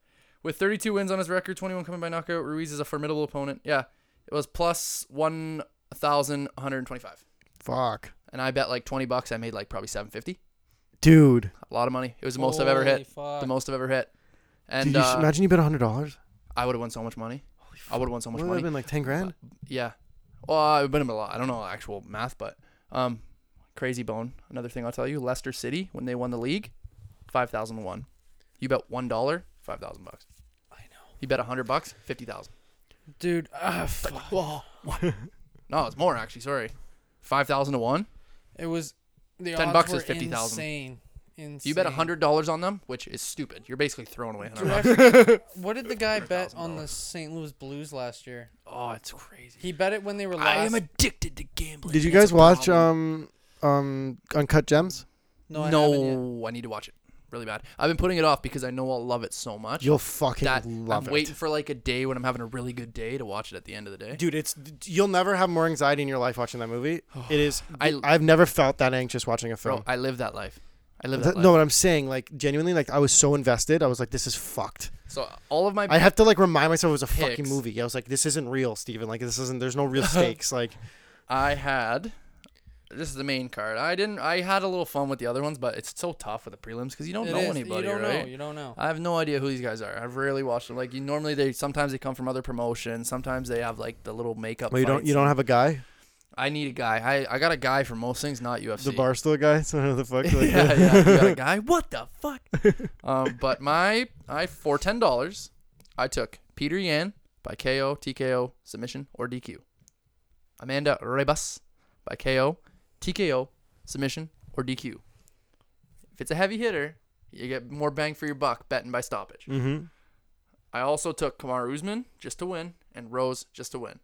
S2: With 32 wins on his record, 21 coming by knockout, Ruiz is a formidable opponent. Yeah, it was plus 1,125.
S1: [laughs] Fuck,
S2: And I bet like 20 bucks. I made like probably 750.
S1: dude.
S2: A lot of money. It was the most I've ever
S3: Holy
S2: hit.
S3: fuck.
S2: The most I've ever hit.
S1: Dude,
S2: And
S1: you should-
S2: uh,
S1: imagine you bet hundred dollars.
S2: I would have won so much money. I would have won so much
S1: Would
S2: money.
S1: have been like ten grand.
S2: Yeah. Well, I've been in a lot. I don't know actual math, but um, crazy bone. Another thing I'll tell you: Leicester City when they won the league, five thousand one. You bet one dollar, five thousand bucks.
S3: I know.
S2: You bet a hundred bucks, fifty thousand.
S3: Dude, ah, fuck.
S2: No, it's more actually. Sorry, five thousand to one.
S3: It was the
S2: 10
S3: odds
S2: bucks
S3: were
S2: is 50,000.
S3: Insane. Insane.
S2: If you bet a hundred dollars on them, which is stupid, you're basically throwing away.
S3: Dude,
S2: $100.
S3: I forget-
S2: [laughs]
S3: what did the guy bet on the St. Louis Blues last year?
S2: Oh, it's crazy.
S3: He bet it when they were last.
S2: I am addicted to gambling.
S1: Did you
S2: It's
S1: guys
S2: a
S1: watch
S2: problem.
S1: um um Uncut Gems?
S3: no, I haven't yet.
S2: no, I need to watch it really bad. I've been putting it off because I know I'll love it so much.
S1: You'll fucking
S2: that
S1: love
S2: I'm
S1: it.
S2: waiting for like a day when I'm having a really good day to watch it at the end of the day.
S1: Dude, it's you'll never have more anxiety in your life watching that
S2: [sighs]
S1: movie. It is
S2: I-
S1: I, have never felt that anxious watching a
S2: Bro,
S1: film.
S2: I live that life. I live that,
S1: Th-
S2: life.
S1: no, what I'm saying, like genuinely, like I was so invested, I was like, this is fucked.
S2: So all of my
S1: I have to like remind myself it was a fucking
S2: Picks.
S1: movie. I was like, this isn't real, Steven. Like this isn't. There's no
S2: [laughs]
S1: real stakes. Like
S2: I had this is the main card. I didn't I had a little fun with the other ones, but it's so tough with the prelims cuz you don't
S3: It
S2: know
S3: is.
S2: anybody,
S3: You don't
S2: right?
S3: know. You don't know.
S2: I have no idea who these guys are. I've rarely watched them. Like you normally they sometimes they come from other promotions, sometimes they have like the little makeup
S1: well, you don't
S2: fights.
S1: you don't have a guy,
S2: I need a guy. I I got a guy for most things, not UFC.
S1: the barstool guy. [laughs] So who the
S2: [laughs]
S1: fuck. Like,
S2: yeah, yeah, you got a guy. What the fuck? um, but my I for ten dollars, I took Peter Yan by KO, TKO, submission or DQ. Amanda Rebus by KO, TKO, submission or DQ. If it's a heavy hitter, you get more bang for your buck betting by stoppage.
S1: [laughs] Mm-hmm.
S2: I also took Kamar Usman just to win and Rose just to win.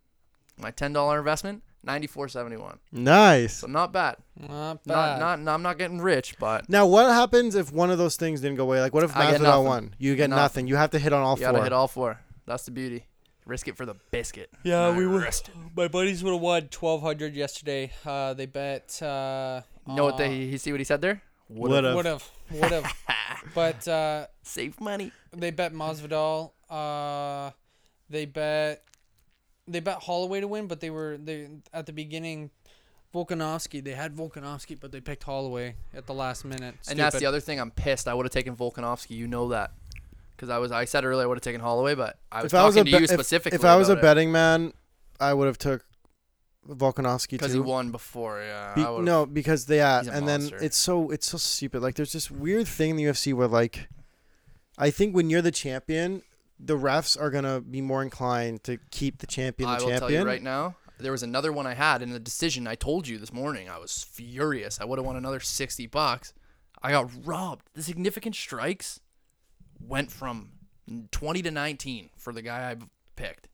S2: My ten dollar investment, ninety four seventy one.
S1: Nice.
S2: So not bad.
S3: Not
S2: Not,
S3: bad.
S2: not not I'm not getting rich, but
S1: Now, what happens if one of those things didn't go away? Like, what if
S2: I get
S1: Masvidal
S2: nothing.
S1: won? You get
S2: Nothing.
S1: nothing. You have to hit on all
S2: You
S1: four.
S2: gotta hit all four. That's the beauty. Risk it for the biscuit.
S3: Yeah,
S2: And I
S3: we would.
S2: risked it.
S3: My buddies would have won twelve hundred yesterday. Uh, they bet. Uh,
S2: You know what they? You see what he said there?
S1: Would've.
S3: would have
S2: [laughs]
S3: would have, but uh,
S2: Save money.
S3: they bet Masvidal. Uh, they bet they bet Holloway to win, but they were they at the beginning. Volkanovski, they had Volkanovski, but they picked Holloway at the last minute.
S2: And that's the
S3: Stupid.
S2: other thing. I'm pissed. I would have taken Volkanovski. You know that, because I was. I said earlier I would have taken Holloway, but I was
S1: if I
S2: talking
S1: was a
S2: to
S1: be-
S2: you
S1: if-
S2: specifically.
S1: If I was a
S2: about it,
S1: betting man, I would have took Volkanovski
S2: because he
S1: too.
S2: won before. Yeah.
S1: Be-
S2: I would've-
S1: no, because they yeah,
S2: He's a
S1: and
S2: monster.
S1: then it's so it's so stupid. Like there's this weird thing in the UFC where like, I think when you're the champion, the refs are gonna be more inclined to keep the champion
S2: I
S1: the
S2: will
S1: champion.
S2: tell you right now. There was another one I had in the decision. I told you this morning. I was furious. I would have won another sixty bucks. I got robbed. The significant strikes went from twenty to nineteen for the guy I picked.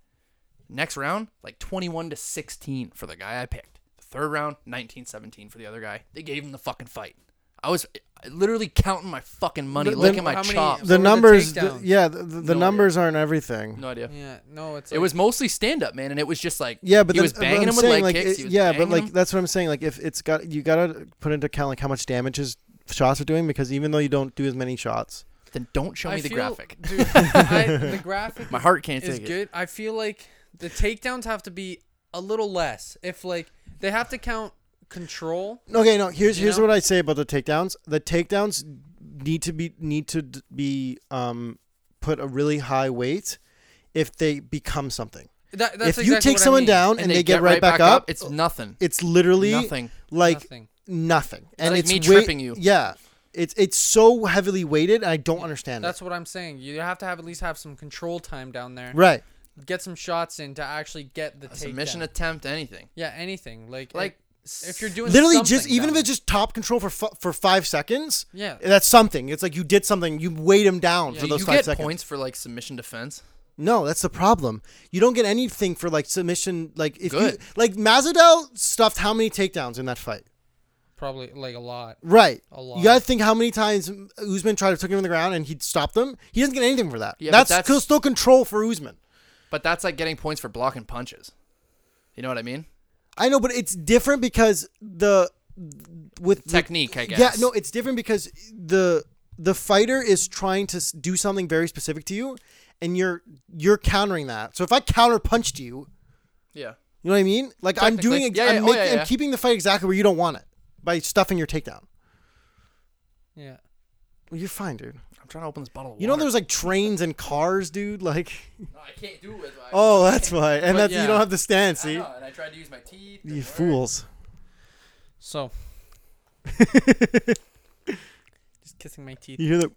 S2: Next round, like twenty-one to sixteen for the guy I picked. Third round, 19-17 for the other guy. They gave him the fucking fight. I was literally counting my fucking money,
S1: Then-
S2: licking my
S3: how many-
S2: chops.
S3: So
S1: the
S3: are the
S1: numbers, the-
S3: takedowns.
S1: yeah, the, the, the
S2: No
S1: numbers aren't everything.
S2: No idea.
S3: Yeah, no, it's
S2: It
S3: like-
S2: was mostly stand-up, man, and it was just like
S1: Yeah, but
S2: he
S1: then-
S2: was
S1: but
S2: banging
S1: I'm
S2: him with
S1: saying, like,
S2: leg kicks.
S1: it-
S2: he was
S1: yeah, but
S2: banging
S1: like
S2: him.
S1: that's what I'm saying. Like if it's got you gotta put into account like how much damage his shots are doing because even though you don't do as many shots,
S2: Then don't show
S3: I
S2: me the
S3: feel-
S2: graphic.
S3: Dude, I,
S2: [laughs]
S3: the graphic
S2: My heart can't
S3: is
S2: take it.
S3: good. I feel like the takedowns have to be a little less. If like they have to count control.
S1: Okay, no. Here's
S3: You
S1: here's
S3: know?
S1: what I say about the takedowns. The takedowns need to be need to d- be um put a really high weight if they become something.
S3: That, that's
S1: if you
S3: exactly
S1: take
S3: what I
S1: someone
S3: mean.
S1: down and, they, get, right back, up, it's,
S2: it's nothing.
S1: literally
S2: Nothing.
S1: like
S3: Nothing.
S1: nothing. And
S2: like
S1: it's
S2: me
S1: wei-
S2: tripping you.
S1: Yeah. It's it's so heavily weighted. I don't understand
S3: That's
S1: that.
S3: what I'm saying. You have to have at least have some control time down there.
S1: Right.
S3: Get some shots in to actually get the take
S2: Submission attempt, anything.
S3: Yeah, anything like
S2: Like,
S3: if, if you're doing
S1: Literally,
S3: something
S1: just even
S3: down
S1: if it's just top control for f- for five seconds.
S3: Yeah.
S1: That's something. It's like you did something. You weighed him down for
S2: Do
S1: those
S2: you
S1: five
S2: get
S1: seconds.
S2: points for like submission defense?
S1: No, that's the problem. You don't get anything for like submission. Like if you
S2: Good.
S1: like Masvidal stuffed how many takedowns in that fight?
S3: there, probably like a lot.
S1: Right.
S3: A lot.
S1: You gotta think how many times Usman tried to take him on the ground and he'd stopped him. He doesn't get anything for that.
S2: Yeah, but
S1: that's,
S2: that's-
S1: co- still control for Usman.
S2: But that's like getting points for blocking punches. You know what I mean?
S1: I know, but it's different because the with the-
S2: Technique, I
S1: Yeah,
S2: guess.
S1: no, it's different because the the fighter is trying to s- do something very specific to you, and you're you're countering that. So if I counter punched you,
S2: Yeah.
S1: You know what I mean? Like I'm doing, ex-
S2: Technically. Yeah,
S1: I'm,
S2: yeah, oh,
S1: making,
S2: yeah, yeah.
S1: I'm keeping the fight exactly where you don't want it by stuffing your takedown.
S3: Yeah.
S1: Well, you're fine, dude.
S2: I'm trying to open this bottle. Of
S1: You know
S2: water.
S1: there's like trains and cars, dude.
S2: [laughs]
S1: Like,
S2: No, I can't do it. I,
S1: oh, that's why, and
S3: But
S1: that's you
S3: yeah.
S1: don't have the stand, see?
S2: and I tried to use my teeth.
S1: You fools. [laughs]
S3: So. just kissing my
S1: [laughs]
S3: teeth.
S1: You hear the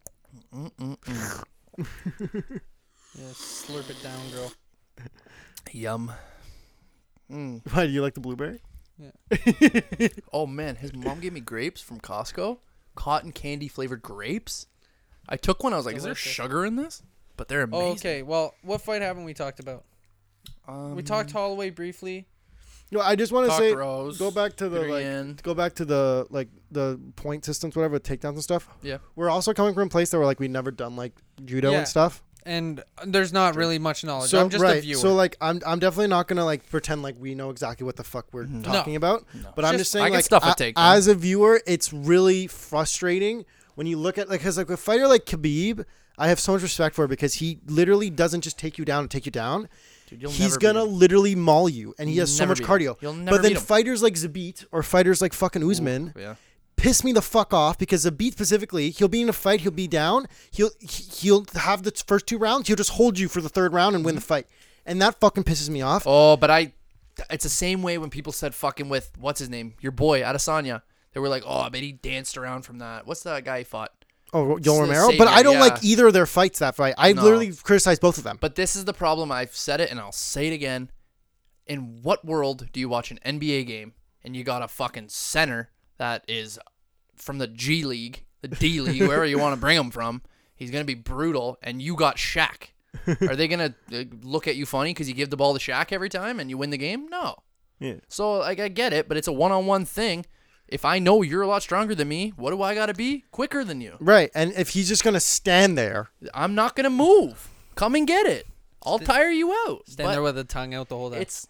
S3: Yeah, slurp it down, girl.
S2: Yum. Mm.
S1: Why do you like the blueberry?
S2: Oh man, his mom gave me grapes from Costco, cotton candy flavored grapes. I took one. I was like, "Is there
S3: Delicious.
S2: sugar in this?" But they're amazing.
S3: Oh, okay. Well, what fight haven't we talked about?
S2: Um,
S3: we talked Holloway briefly.
S1: No, I just want to
S2: Doc
S1: say,
S2: Rose,
S1: go back to the
S2: Peter
S1: like,
S2: Yan.
S1: go back to the like the point systems, whatever takedowns and stuff.
S2: Yeah.
S1: We're also coming from a place that we're like we never done like judo
S3: Yeah.
S1: and stuff.
S3: And there's not really much
S2: Oh,
S3: knowledge.
S1: So
S3: I'm just
S1: right,
S3: a viewer.
S1: so like I'm I'm definitely not gonna like pretend like we know exactly what the fuck we're talking about. But I'm
S3: Just-
S1: just saying
S2: I can
S1: like
S2: stuff a
S1: a-
S2: takedown.
S1: as a viewer, it's really frustrating when you look at like because like a fighter like Khabib, I have so much respect for because he literally doesn't just take you down and take you down.
S2: Dude, you'll
S1: He's
S2: never beat
S1: gonna
S2: him.
S1: literally maul you, and he
S2: You'll
S1: has so
S2: never
S1: much
S2: beat him.
S1: cardio.
S2: You'll never
S1: but then
S2: beat him.
S1: fighters like Zabit or fighters like fucking Usman
S2: Yeah.
S1: piss me the fuck off because Zabit specifically, he'll be in a fight, he'll be down, he'll he- he'll have the first two rounds, he'll just hold you for the third round and win the fight, and that fucking pisses me off.
S2: Mm-hmm. Oh, but I. It's the same way when people said fucking with what's his name, your boy Adesanya. They were like, "Oh, I bet he danced around from that." What's that guy he fought?
S1: Oh,
S2: the
S1: Yoel Romero,
S2: same
S1: but
S2: way,
S1: I don't
S2: yeah.
S1: like either of their fights. That fight, I
S2: No.
S1: literally criticize both of them.
S2: But this is the problem. I've said it and I'll say it again. In what world do you watch an NBA game and you got a fucking center that is from the G League, the D League, wherever you want to bring him from? He's going to be brutal and you got Shaq. Are they going to look at you funny because you give the ball to Shaq every time and you win the game? No.
S1: Yeah.
S2: So like I get it, but it's a one-on-one thing. If I know you're a lot stronger than me, what do I got to be? Quicker than you.
S1: Right, and if he's just gonna stand there,
S2: I'm not going to move. Come and get it. I'll tire you out.
S3: Stand
S2: But-
S3: there with a tongue out the whole
S2: [laughs]
S3: time.
S2: it's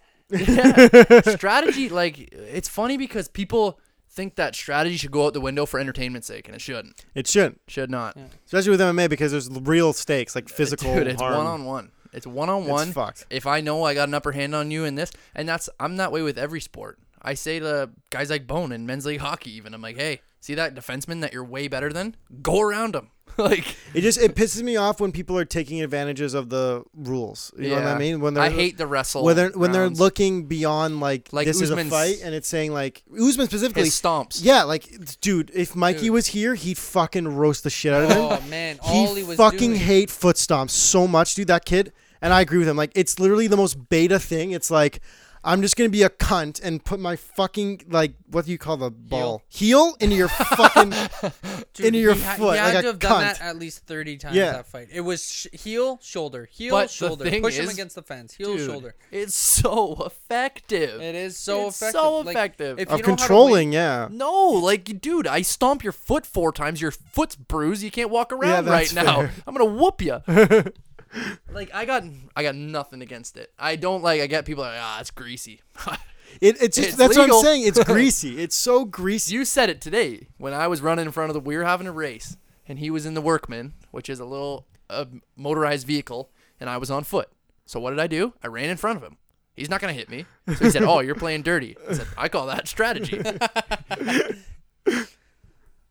S2: yeah. strategy like it's funny because people think that strategy should go out the window for entertainment's sake and it shouldn't
S1: it shouldn't,
S2: should not
S1: especially with MMA because there's real stakes like physical
S2: dude it's
S1: harm.
S2: one on one it's one on one
S1: It's fucked.
S2: if i know i got an upper hand on you in this and that's i'm that way with every sport i say to guys like bone in men's league hockey even i'm like hey see that defenseman that you're way better than go around him [laughs] like
S1: It just it pisses me off when people are taking advantages of the rules. You know what I
S2: Yeah.
S1: mean? When they're,
S2: i hate the wrestle
S1: when they're when they're
S2: rounds.
S1: looking beyond like,
S2: Like
S1: this is
S2: Usman's-
S1: a fight and it's saying like Usman specifically
S2: His stomps.
S1: Yeah, like dude, if Mikey
S3: Dude.
S1: was here, he'd fucking roast the shit out of him.
S3: oh man, all
S1: he
S3: he was
S1: fucking
S3: doing.
S1: hate foot stomps so much, dude. That kid, and I agree with him. Like, it's literally the most beta thing. It's like, I'm just gonna be a cunt and put my fucking like, what do you call the ball heel, into your
S3: [laughs]
S1: fucking into your
S3: he ha-
S1: foot
S3: He
S1: like
S3: had
S1: a
S3: to have
S1: cunt.
S3: done that at least thirty times
S1: Yeah.
S3: that fight. It was sh- heel, shoulder, heel,
S2: But the
S3: shoulder.
S2: thing
S3: Push him
S2: is,
S3: against the fence. Heel,
S2: Dude,
S3: shoulder.
S2: it's so effective
S3: It is so
S2: It's
S3: effective.
S2: so
S3: Like,
S2: effective.
S3: if you
S1: of
S3: know how to win-
S1: controlling, yeah.
S2: No, like, dude, I stomp your foot four times. Your foot's bruised. You can't walk around
S1: Yeah,
S2: right
S1: that's
S2: now.
S1: fair.
S2: I'm gonna
S1: [laughs]
S2: whoop you. like, I got, I got nothing against it. I don't like. I get people like, ah, it's greasy. [laughs]
S1: It, it's just
S2: It's
S1: that's
S2: legal.
S1: what I'm saying.
S3: [laughs]
S1: It's greasy. It's so greasy.
S2: you said it today when I was running in front of the. We were having a race, and he was in the Workman, which is a little uh, motorized vehicle, and I was on foot. So what did I do? I ran in front of him. He's not gonna hit me. So he said, "Oh, you're playing dirty." I said, "I call
S1: [laughs]
S2: that strategy."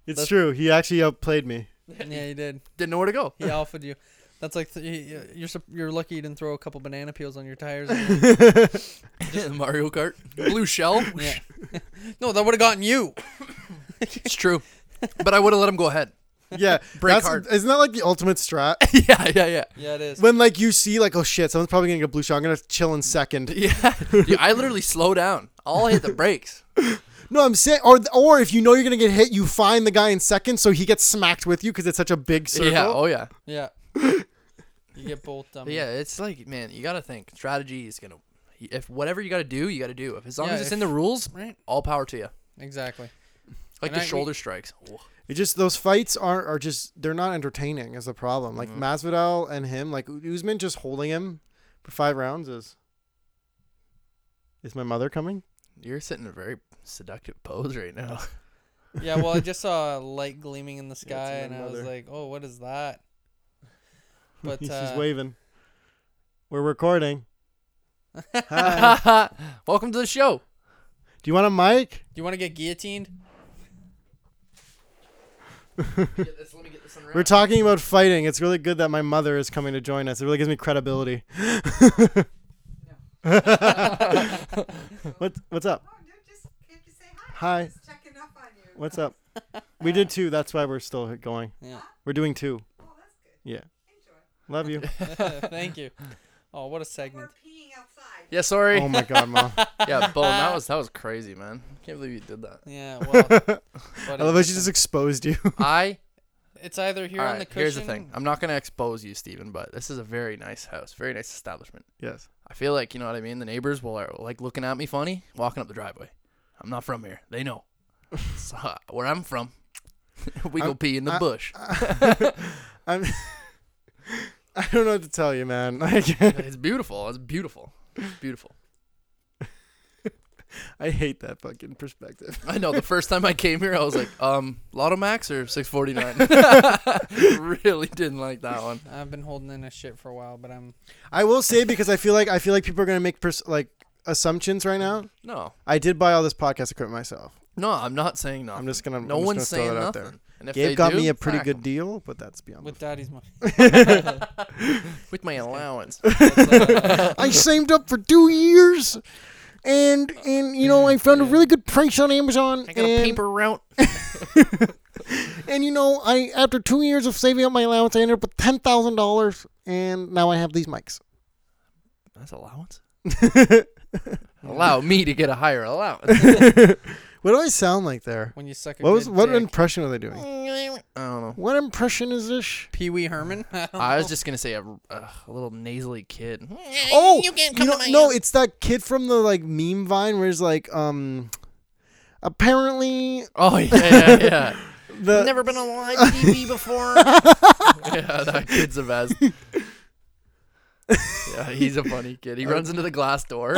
S1: It's true. He actually outplayed me.
S3: [laughs] Yeah, he did.
S2: Didn't know where to go.
S3: [laughs] He offered you. That's like th- y- y- you're sup- you're lucky you didn't throw a couple banana peels on your tires. and-
S2: Mario Kart, blue shell.
S3: yeah. [laughs] no, that would have gotten you.
S2: It's true, but I would have let him go ahead.
S1: Yeah,
S2: Break
S1: that's- [laughs]
S2: hard.
S1: Isn't that like the ultimate
S2: [laughs]
S1: strat?
S2: yeah, yeah, yeah.
S3: Yeah, it is.
S1: when like you see like oh shit, someone's probably gonna get a blue shot. I'm gonna chill in second.
S2: Yeah, Dude, I literally slow down. I'll hit the brakes.
S1: No, I'm saying or or if you know you're gonna get hit, you find the guy in second so he gets smacked with you because it's such a big circle.
S2: Yeah, oh yeah,
S3: Yeah. [laughs] You get both dumb.
S2: yeah. It's like, man, you gotta think. Strategy is gonna, if whatever you gotta do, you gotta do. If as long
S3: Yeah,
S2: as it's
S3: if-
S2: in the rules,
S3: Right.
S2: all power to you.
S3: Exactly.
S2: Like
S3: And
S2: the
S3: I-
S2: shoulder strikes. Ugh.
S1: It just those fights are are just they're not entertaining is the problem. Like
S2: Mm-hmm.
S1: Masvidal and him, like Usman just holding him for five rounds is. Is my mother coming?
S2: You're sitting in a very seductive pose right now.
S3: Yeah. Well, I just saw a light gleaming in the
S1: [laughs] Yeah, it's
S3: sky,
S1: my
S3: and I was
S1: mother.
S3: like, "Oh, what
S1: [laughs]
S3: is that?" But
S1: she's
S3: uh,
S1: waving. We're recording. Hi.
S2: [laughs] Welcome to the show.
S1: Do you want a mic?
S3: you want to get guillotined?
S1: We're talking about fighting. It's really good that my mother is coming to join us. It really gives me credibility. [laughs] what's what's up?
S4: Oh, no, just came to say hi.
S1: Hi.
S4: Just checking up on you.
S1: What's up? We did two. That's why we're still going.
S3: Yeah. [laughs]
S1: We're doing two.
S4: Oh, that's good.
S1: Yeah.
S4: Enjoy.
S1: Love you.
S3: Thank you. Oh, what a segment.
S4: We're peeing outside.
S2: yeah, sorry.
S1: Oh my god,
S4: [laughs]
S1: mom.
S2: yeah, Bo, that was that was crazy, man. Can't believe you did that.
S3: Yeah.
S1: [laughs]
S3: Well. but
S1: I love how she just exposed you. [laughs]
S2: I
S3: It's either here
S2: all
S3: on the
S2: right,
S3: cushion.
S2: here's the thing. I'm not gonna expose you, Steven, but this is a very nice house, very nice establishment.
S1: yes. [laughs]
S2: I feel like you know what I mean. The neighbors will are like looking at me funny, walking up the driveway. I'm not from here. They
S3: [laughs]
S2: know. so, uh, where I'm from, [laughs] we go
S1: I'm-
S2: pee in the
S1: I- [laughs]
S2: bush.
S1: I'm. [laughs] I don't know what to tell you, man. [laughs] Like,
S2: it's beautiful. It's beautiful. It's beautiful.
S1: I hate that fucking perspective.
S2: I know. The first time I came here, I was like, um, Lotto Max or 649? [laughs] really didn't like that one.
S3: I've been holding in a shit for a while, but I'm.
S1: I will say because I feel like I feel like people are gonna make pers- like assumptions right now.
S2: No,
S1: I did buy all this podcast equipment myself.
S2: no, I'm not saying nothing.
S1: I'm just gonna. I'm
S2: no
S1: just
S2: one's
S1: gonna
S2: saying
S1: throw that
S2: nothing.
S1: Out there.
S2: And if they
S1: Gabe got
S2: do,
S1: me a pretty
S2: whack
S1: good
S2: 'em.
S1: deal, but that's beyond.
S3: With daddy's money.
S2: with my allowance.
S1: I saved up for two years, and and you know I found a really good price on Amazon.
S2: I got a paper route.
S1: And you know, I after two years of saving up my allowance, I ended up with ten thousand dollars, and now I have these mics.
S2: That's allowance. [laughs] Allow me to get a higher [laughs] allowance.
S1: [laughs] What do I sound like there?
S3: When you suck a
S1: What was
S3: good
S1: what
S3: dick.
S1: impression were they doing?
S2: I don't know.
S1: What impression is this?
S3: Pee Wee [laughs] Herman?
S2: I was just gonna say a, uh, a little nasally kid. [laughs]
S1: Oh, you can't come know, no, it's that kid from the like meme vine where it's like, um, apparently
S2: Oh yeah, yeah, yeah.
S1: the
S2: [laughs] Never been on live TV before. [laughs] yeah, that kid's the best. yeah, he's a funny kid. He runs into the glass door.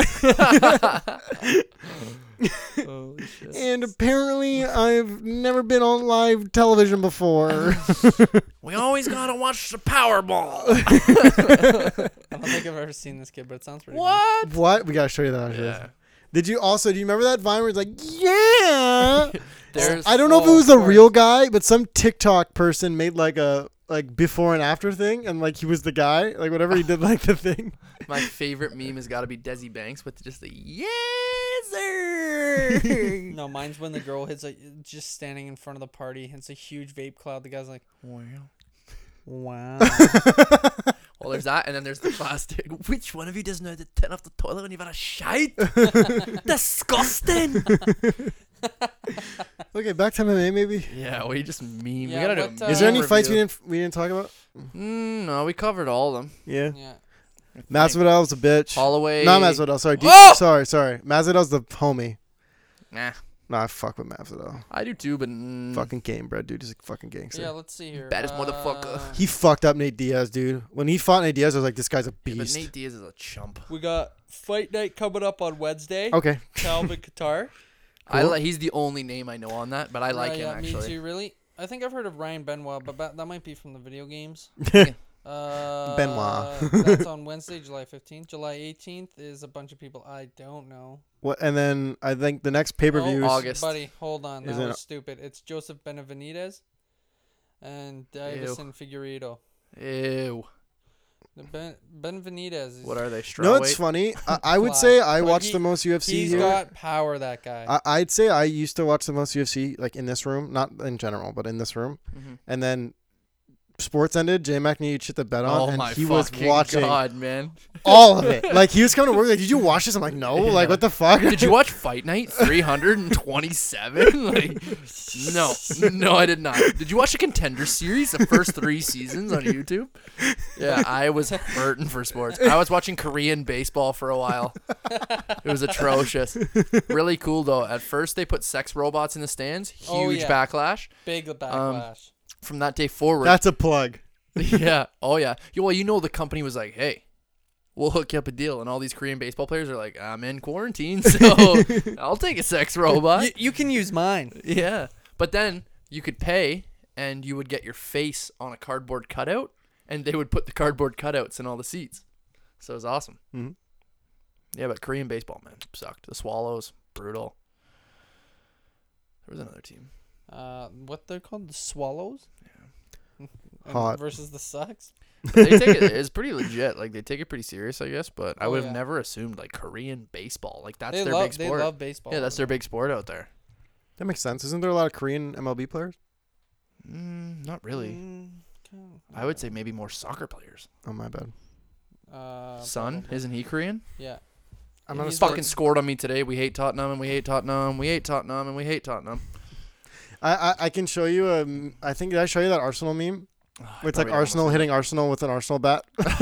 S2: Holy shit.
S1: and apparently I've never been on live television before.
S2: [laughs]
S1: [laughs]
S2: We always gotta watch the Powerball.
S3: I don't think I've ever seen this kid, but it sounds
S2: [laughs]
S3: pretty.
S2: What?
S1: what? We gotta show you that.
S2: Yeah.
S1: Did you also? Do you remember that vine where it's like, yeah?
S2: There's
S1: I don't know if it
S3: Oh,
S1: was a
S3: of course.
S1: real guy, but some TikTok person made like a like before and after thing, and like he was the guy, like whatever he did, like the thing.
S2: my favorite meme has got to be Desi Banks with just the yes sir.
S3: No, mine's when the girl hits a just standing in front of the party. It's a huge vape cloud. The guy's like,
S2: [laughs] well,
S3: "Wow."
S2: Well, there's that, and then there's the plastic. [laughs] Which one of you doesn't know how to turn off the toilet when you've had
S1: [laughs]
S2: a shite? Disgusting.
S1: Okay, back to MMA maybe.
S2: Yeah, we just meme. we
S3: Yeah,
S2: gotta do.
S3: what,
S2: a
S3: uh,
S1: Is there any
S2: meme
S1: fights we
S2: review.
S1: didn't we didn't talk about?
S2: Mm, no, we covered all of them.
S1: Yeah,
S3: yeah.
S1: Masvidal's a bitch.
S2: Holloway.
S1: Not Masvidal. Sorry, D-
S2: Oh!
S1: sorry, sorry. Masvidal's the homie.
S2: Nah,
S1: Nah, I fuck with Masvidal.
S2: I do too, but mm,
S1: Fucking game, bro, dude. He's a fucking gangster.
S3: Yeah. Let's see here.
S2: Baddest motherfucker. [laughs]
S3: Uh,
S1: He fucked up Nate Diaz, dude. When he fought Nate Diaz, I was like, this guy's a
S2: yeah, but
S1: beast.
S2: Nate Diaz is a chump.
S3: We got fight night coming up on Wednesday.
S1: [laughs] okay. [laughs]
S3: Calvin Qatar.
S2: I
S1: Cool.
S2: li- he's the only name I know on that, but [laughs] I like him actually.
S3: Oh, Me too. Really. I think I've heard of Ryan Benoit, but that, that might be from the video games. Uh,
S1: Benoit.
S2: [laughs]
S3: that's on Wednesday, July 15th. July 18th is a bunch of people I don't know.
S1: What? And then I think the next pay per view.
S3: Oh,
S2: August.
S3: Buddy, hold on. That
S1: Is it-
S3: was stupid. It's Joseph Benavides and Davison Figueredo.
S2: Ew.
S3: The Ben Benvenidez. Is,
S2: What are they? Straw
S1: No, it's
S2: weight?
S1: funny.
S2: [laughs]
S1: I, I would
S3: Fly.
S1: say I
S3: But
S1: watch
S3: he-
S1: the most UFC
S3: He's
S1: here.
S3: got power. That guy.
S1: I, I'd say I used to watch the most UFC like in this room, not in general, but in this room.
S2: Mhm.
S1: And then sports ended. Jay McNeil shit the bet on,
S2: Oh
S1: and
S2: my
S1: he was
S2: fucking
S1: watching
S2: god, man!
S1: all of
S2: [laughs]
S1: it. Like he was coming to work. Like, did you watch this? I'm like, no. Like, what the fuck?
S2: Did you
S1: [laughs]
S2: watch Fight Night 327? [laughs] like, no, no, I did not. Did you watch the Contender series, the first three seasons on YouTube? Yeah, I was hurting for sports. I was watching Korean baseball for a while. It was atrocious. Really cool though. At first, they put sex robots in the stands. Huge
S3: Oh, yeah.
S2: backlash.
S3: Big backlash.
S2: From that day forward,
S1: That's a plug.
S2: [laughs] yeah. Oh yeah. You- Well, you know the company was like, "Hey, we'll hook you up a deal," and all these Korean baseball players are like, "I'm in quarantine, so I'll take a sex robot."
S3: you, you can use mine.
S2: yeah. But then you could pay, and you would get your face on a cardboard cutout, and they would put the cardboard cutouts in all the seats. So it was awesome.
S1: Mhm.
S2: Yeah, but Korean baseball man sucked. The Swallows brutal. There was another team.
S3: Uh, what they're called? The swallows. And
S1: Hot.
S3: versus the sucks.
S2: they
S3: [laughs]
S2: take it. It's pretty legit. Like they take it pretty serious, I guess. But I
S3: Oh,
S2: would have
S3: yeah.
S2: never assumed like Korean baseball. Like that's
S3: they
S2: their
S3: love.
S2: big
S3: they
S2: sport.
S3: love baseball.
S2: yeah, that's their big sport out there.
S1: That makes sense. Isn't there a lot of Korean MLB players?
S2: Mm, not really.
S3: Mm, kinda.
S2: I would say maybe more soccer players.
S1: Oh my bad.
S3: Uh,
S2: Son,
S3: probably.
S2: isn't he Korean? [laughs]
S3: Yeah.
S1: I'm
S3: Yeah,
S1: not a
S3: he's
S1: sport.
S2: Fucking scored on me today. We hate Tottenham and we hate Tottenham. We hate Tottenham and we hate Tottenham. [sighs]
S1: I, I I can show you. Um, I think did I show you that Arsenal meme?
S2: Ah, I
S1: Where it's like
S2: probably almost-
S1: Arsenal hitting Arsenal with an Arsenal bat.
S3: that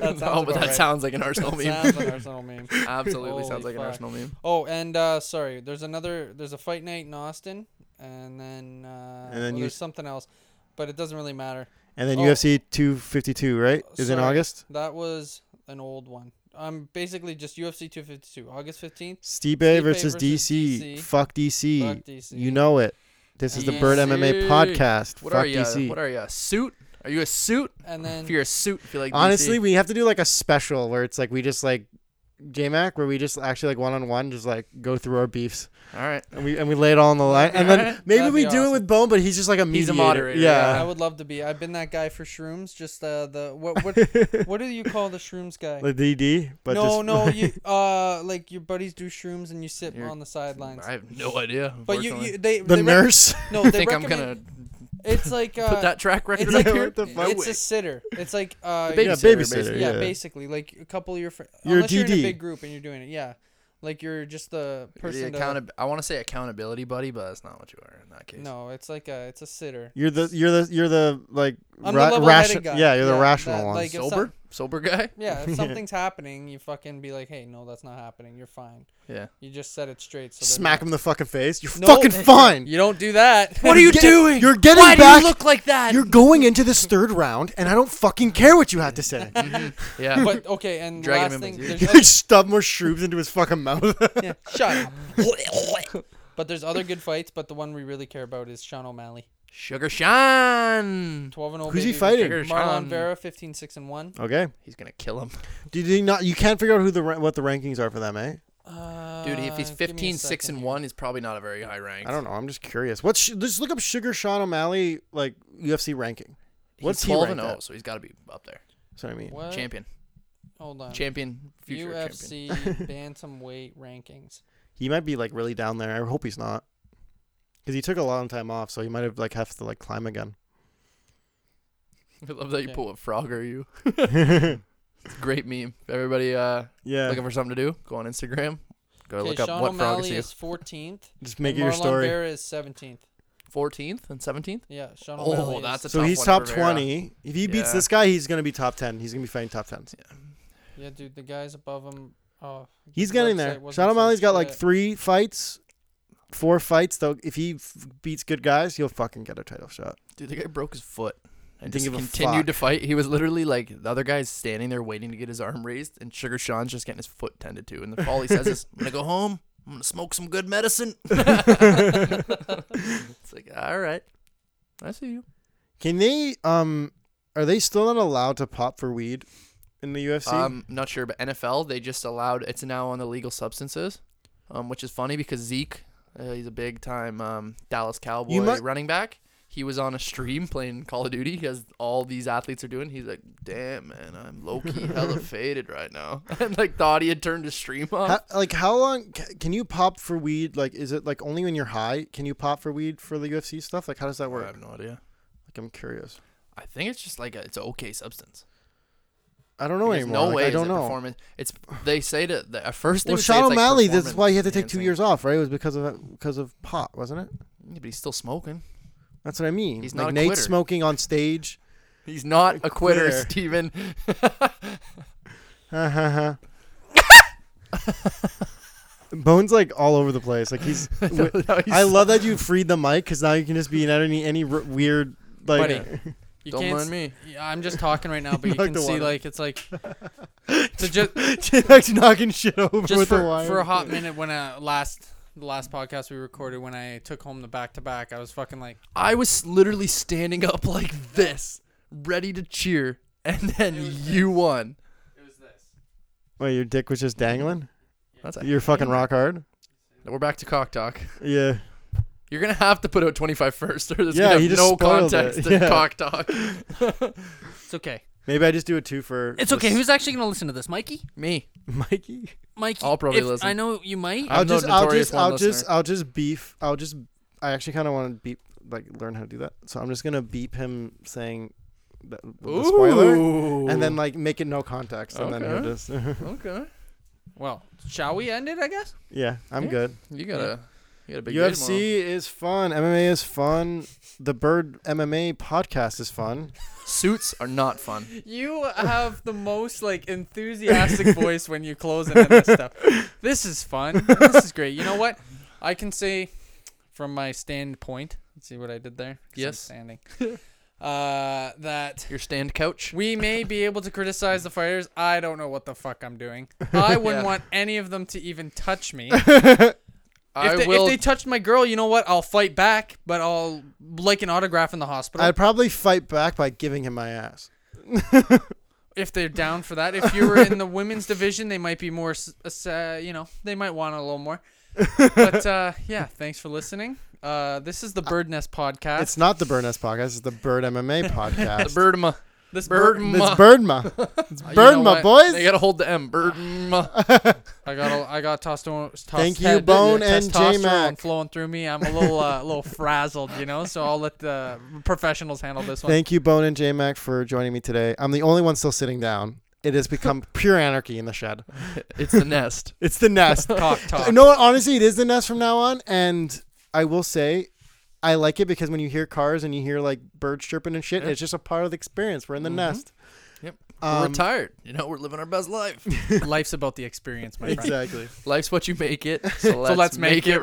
S3: sounds
S2: Oh, but
S3: about
S2: that
S3: right.
S2: sounds like an Arsenal meme. [laughs]
S3: Sounds like an Arsenal meme.
S2: Absolutely
S3: Holy
S2: sounds like an
S3: fuck.
S2: Arsenal meme.
S3: Oh, and uh, sorry, there's another. There's a fight night in Austin, and then uh,
S1: And then
S3: well,
S1: you-
S3: there's something else, but it doesn't really matter.
S1: And then
S3: Oh.
S1: UFC 252, right? Is in
S3: Sorry.
S1: August.
S3: That was an old one. I'm basically just UFC 252, August 15th.
S1: Stipe,
S3: Stipe
S1: versus,
S3: versus
S1: DC.
S3: DC.
S1: Fuck DC.
S3: Fuck DC.
S1: You know it. This is the Bird
S2: DC.
S1: MMA podcast.
S2: What
S1: Fuck
S2: are you?
S1: DC.
S2: What are you? A suit? Are you a suit?
S3: and then
S2: If you're a suit, if you like
S1: Honestly,
S2: DC.
S1: we have to do like a special where it's like we just like JMac, where we just actually like one on one, just like go through our beefs
S2: all right.
S1: and we and we lay it all on the line, and then
S2: Alright,
S1: maybe
S3: that'd
S1: we
S3: be
S1: do it
S3: awesome.
S1: with Bone, but he's just like a mediator.
S2: He's a moderator,
S3: I
S1: Yeah. [laughs]
S3: would love to be. I've been that guy for shrooms. Just uh, the
S1: [laughs]
S3: what what what do you call the shrooms guy?
S1: Like DD, but
S3: no,
S1: just, [laughs]
S3: no, you uh like your buddies do shrooms and you sit
S2: You're-
S3: on the sidelines.
S2: I have no idea.
S3: But you,
S2: unfortunately.
S3: you they
S1: the
S3: they rec- [laughs]
S1: nurse.
S3: no,
S2: I
S3: they
S2: think I'm
S3: recommend,
S2: gonna
S3: It's like
S2: [laughs]
S3: uh,
S2: put that track record
S3: it's
S2: up
S3: like
S2: here.
S1: What the fuck?
S3: it's a sitter. It's like uh,
S2: baby
S1: yeah,
S2: babysitter,
S1: babysitter.
S2: basically.
S3: yeah,
S1: Yeah,
S3: basically, like a couple of your friends.
S1: You're a
S3: Unless you're in
S1: DD.
S3: a big group and you're doing it, yeah. Like you're just the
S2: You're
S3: person.
S2: the
S3: to,
S2: accountab- I want to say accountability buddy, but that's not what you are in that case.
S3: no, it's like a it's
S1: [laughs]
S3: a sitter.
S1: You're the you're the you're the like
S3: I'm the
S1: ra-
S3: level-headed
S1: ration-
S3: guy.
S1: Yeah, you're the
S3: Yeah,
S1: rational
S3: that,
S1: one.
S3: like, if
S2: sober, sober guy.
S3: Yeah, if something's happening, you fucking be like, hey, no, that's not happening. You're fine.
S2: Yeah.
S3: You just set it straight. So they're
S1: Smack
S3: not-
S1: him in the fucking face. You're
S3: No. eh,
S1: fucking fine.
S3: You don't
S1: [laughs]
S3: do that.
S2: What are you
S1: Get-
S2: doing?
S1: You're getting
S2: Why
S1: back.
S2: do you look like that?
S1: You're going into this third round, and I don't fucking care what you had to
S3: [laughs]
S1: say.
S2: yeah.
S3: But okay, and
S2: Dragging him
S3: last
S2: in
S3: thing,
S2: with
S3: there's
S1: You
S2: [laughs]
S3: other,
S1: stuff more shrooms into his fucking mouth. [laughs]
S3: yeah, shut up. But there's other good fights, but the one we really care about is Sean O'Malley,
S2: Sugar Sean.
S3: twelve and 0.
S1: Who's he
S3: baby.
S1: fighting?
S3: Marlon Vera, 15 6 and one.
S1: okay.
S2: He's gonna kill him,
S1: Did you not? You can't figure out who the ra- what the rankings are for them, eh?
S3: Uh,
S2: dude. If he's
S3: give me a
S2: 15, six,
S3: second
S2: and
S3: here.
S2: one, he's probably not a very high rank.
S1: I don't know. I'm just curious. What's sh- just look up Sugar Sean O'Malley like UFC ranking. What's
S2: What's
S1: he
S2: twelve and oh.
S1: ranked
S2: zero?
S1: at?
S2: So he's got to be up there.
S1: That's what I mean.
S3: What?
S2: Champion,
S3: Hold on.
S2: champion, future champion. [laughs]
S3: UFC bantamweight rankings.
S1: He might be like really down there. I hope he's not, because he took a long time off, so he might have like have to like climb again.
S2: [laughs] I love that you
S3: Okay.
S2: pull a Frogger. You. [laughs] it's a great meme. Everybody, uh,
S1: Yeah,
S2: looking for something to do, go on Instagram. Go
S3: Okay,
S2: look up
S3: Sean
S2: what frog
S3: O'Malley
S2: is
S3: is 14th.
S1: just make it
S3: and
S1: your
S3: Marlon
S1: story.
S3: Vera is 17th.
S2: 14th and 17th.
S3: Yeah, Sean
S2: Oh,
S3: O'Malley. is-
S2: that's a
S1: so
S2: tough
S1: he's
S2: one
S1: top
S2: for Vera.
S1: twenty. If he beats
S2: Yeah.
S1: this guy, he's gonna be top ten. He's gonna be fighting top ten.
S3: yeah, dude. The guys above him. Oh,
S1: He's
S3: the
S1: getting
S3: website
S1: there.
S3: wasn't
S1: Sean O'Malley's
S3: so
S1: got like
S3: good.
S1: three fights, four fights. Though, if he f- beats good guys, he'll fucking get a title shot.
S2: Dude, the guy broke his foot and
S1: Didn't
S2: just
S1: give a
S2: continued
S1: fuck.
S2: to fight. He was literally like the other guy's standing there waiting to get his arm raised, and Sugar Sean's just getting his foot tended to. And the all he says is, "I'm gonna go home. I'm gonna smoke some good medicine." [laughs] it's like, all right, I see you.
S1: Can they? Um, are they still not allowed to pop for weed in the UFC?
S2: Um, not sure, but NFL they just allowed it's now on the legal substances, um, which is funny because Zeke, uh, he's a big time um, Dallas Cowboy
S1: might-
S2: running back. he was on a stream playing Call of Duty as all these athletes are doing. He's like, "Damn, man, I'm
S1: [laughs]
S2: low key hella faded right now," [laughs] and like thought he had turned his stream off.
S1: How, like how long ca- can you pop for weed? Like, is it like only when you're high? Can you pop for weed for the UFC stuff? Like, how does that
S2: I
S1: work?
S2: have no idea.
S1: Like, I'm curious.
S2: I think it's just like a, it's an okay substance.
S1: I don't know
S2: There's
S1: anymore.
S2: no
S1: Like,
S2: way
S1: I
S2: is
S1: don't
S2: it
S1: know.
S2: performance. It's they say that the, at first they
S1: Well,
S2: would say
S1: Sean
S2: it's, like,
S1: O'Malley. that's why he had to take two
S2: performance
S1: years off, right? It was because of because of pot, wasn't it?
S2: enhancing. Yeah, but he's still smoking.
S1: That's what I mean.
S2: He's
S1: like
S2: not a
S1: Nate
S2: quitter.
S1: smoking on
S2: [laughs]
S1: stage. [laughs]
S2: He's not a quitter,
S1: Quitter.
S2: Steven.
S1: Ha, ha, ha. Bones like all over the place. Like he's.
S2: [laughs] No, he's-
S1: I love that you freed the mic because now you can just be in any any r- weird like.
S3: Buddy. You
S2: Don't
S3: can't
S2: mind
S3: s-
S2: me.
S3: Yeah, I'm just talking right now,
S1: [laughs]
S3: but you
S1: Knock
S3: can
S1: the
S3: see
S1: water.
S3: like
S1: [laughs]
S3: it's like to just
S1: Jack's knocking shit over
S3: just
S1: with
S3: for,
S1: the wire.
S3: for a hot minute when I last the last podcast we recorded when I took home the back to back, I was fucking like
S2: I was literally standing up [laughs] like this, ready to cheer, and [laughs] then you won.
S3: it was this.
S1: Wait, your dick was just
S2: [laughs]
S1: dangling.
S2: That's it.
S1: You're fucking rock hard.
S2: We're back to cock talk. [laughs]
S1: Yeah.
S2: You're gonna have to put out 25 first, or there's
S1: Yeah,
S2: gonna
S1: he
S2: have
S1: just
S2: no
S1: spoiled
S2: context
S1: it. [laughs]
S2: to
S1: Yeah.
S2: cock talk.
S3: It's okay.
S1: Maybe I just do a two for.
S3: It's okay.
S1: just-
S3: Who's actually gonna listen to this, Mikey?
S2: Me,
S1: [laughs] Mikey?
S3: Mikey,
S2: I'll probably
S3: if-
S2: listen.
S3: I know you might.
S2: I'm
S1: I'll
S2: the
S1: just, I'll
S2: notorious
S1: just,
S2: one
S1: I'll just,
S2: listener.
S1: I'll just beef. I'll just. I actually kind of want to beep, like, learn how to do that. So I'm just gonna beep him saying the, the spoiler,
S2: Ooh.
S1: and then like make it no context, and then
S2: Okay.
S1: he'll just. [laughs]
S2: okay,
S3: well, shall we end it? I guess.
S1: yeah, I'm
S2: Yeah.
S1: good.
S2: you got a you got a big day
S1: UFC is fun. MMA is fun. The Bird MMA podcast is fun.
S2: tomorrow. Suits are not fun.
S3: You have the most like
S1: [laughs]
S3: enthusiastic voice when you close in on this stuff. This is fun. This is great. You know what? I can say from my standpoint. Let's see what I did there. 'cause I'm
S2: Yes.
S3: standing. Uh, that
S2: Your stand couch.
S3: we may be able to criticize the fighters. I don't know what the fuck I'm doing. I wouldn't
S2: Yeah.
S3: want any of them to even touch me.
S2: I
S3: if, they,
S2: will.
S3: if they touched my girl, you know what? I'll fight back, but I'll like an autograph in the hospital.
S1: I'd probably fight back by giving him my ass. [laughs]
S3: if they're down for that. If you were in the women's division, they might be more, s- s- uh, you know, they might want a little more. But uh, yeah, thanks for listening. Uh, this is the Bird Nest podcast.
S1: It's not the Bird Nest podcast. It's the Bird
S3: [laughs]
S1: MMA
S2: the
S1: podcast.
S2: Birdma.
S3: this bird,
S1: It's
S2: Birdma.
S1: Birdma. It's
S3: [laughs] You know
S1: Birdma,
S3: what?
S1: boys.
S2: They gotta hold the M.
S1: [laughs]
S2: Birdma.
S3: Mm, uh, I got, a, I got testosterone. Tossed
S1: Thank you,
S3: head, uh,
S1: Bone and
S3: testosterone
S1: J-Mac.
S3: flowing through me. I'm a little, uh, a little frazzled, you know. So I'll let the professionals handle this one.
S1: Thank you, Bone and J Mac, for joining me today. I'm the only one still sitting down. It has become [laughs] pure anarchy in the shed.
S2: It's the nest.
S1: It's the
S3: [laughs]
S1: nest. [laughs]
S3: Talk, talk.
S1: no, honestly, it is the nest from now on. And I will say, I like it because when you hear cars and you hear like birds chirping and shit,
S2: Yeah.
S1: it's just a part of the experience. We're in the
S3: Mm-hmm.
S1: nest.
S2: Yep. we're
S3: [laughs]
S1: Um,
S2: retired. You know, we're living our best life.
S3: Life's about the experience, my
S1: [laughs]
S3: friend.
S1: exactly.
S2: Life's what you make [laughs] it. So let's,
S3: let's
S2: make,
S3: make
S2: it
S3: it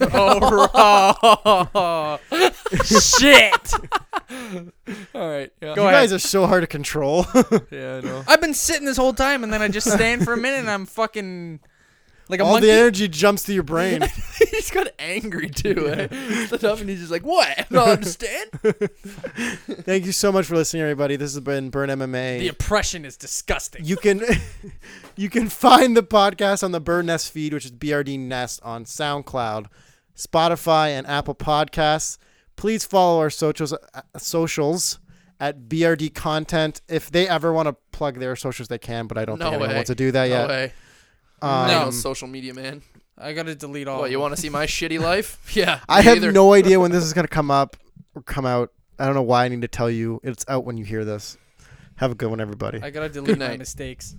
S2: [laughs] rock.
S3: [laughs]
S1: [laughs]
S3: oh, shit!
S2: All right. Yeah.
S3: Go
S1: you
S3: ahead.
S1: guys are so hard to control.
S2: Yeah, I know.
S3: I've been sitting this whole time, and then I just stand for a minute, and I'm fucking like a
S1: All
S3: monkey.
S1: the energy jumps to your
S3: [laughs]
S1: brain.
S2: [laughs] he's got angry too. Eh? Stood up and he's just like, "What? I don't [laughs] understand."
S1: Thank you so much for listening, everybody. This has been Burn MMA.
S3: the oppression is disgusting.
S1: you can [laughs] you can find the podcast on the Bird Nest feed, which is BRD Nest on SoundCloud, Spotify, and Apple Podcasts. Please follow our socials uh, socials at BRD Content. If they ever want to plug their socials, they can, but I don't
S2: No
S1: think anyone
S2: way.
S1: wants to do that
S2: No
S1: yet.
S2: way.
S1: Um,
S2: I know social media, man.
S3: I gotta delete all.
S2: What you want to see my shitty life? [laughs] Yeah.
S1: I
S2: me
S1: have
S2: either.
S1: no idea when this is gonna come up or come out. I don't know why I need to tell you. It's out when you hear this. Have a good one, everybody.
S3: I gotta delete my
S2: night.
S3: mistakes.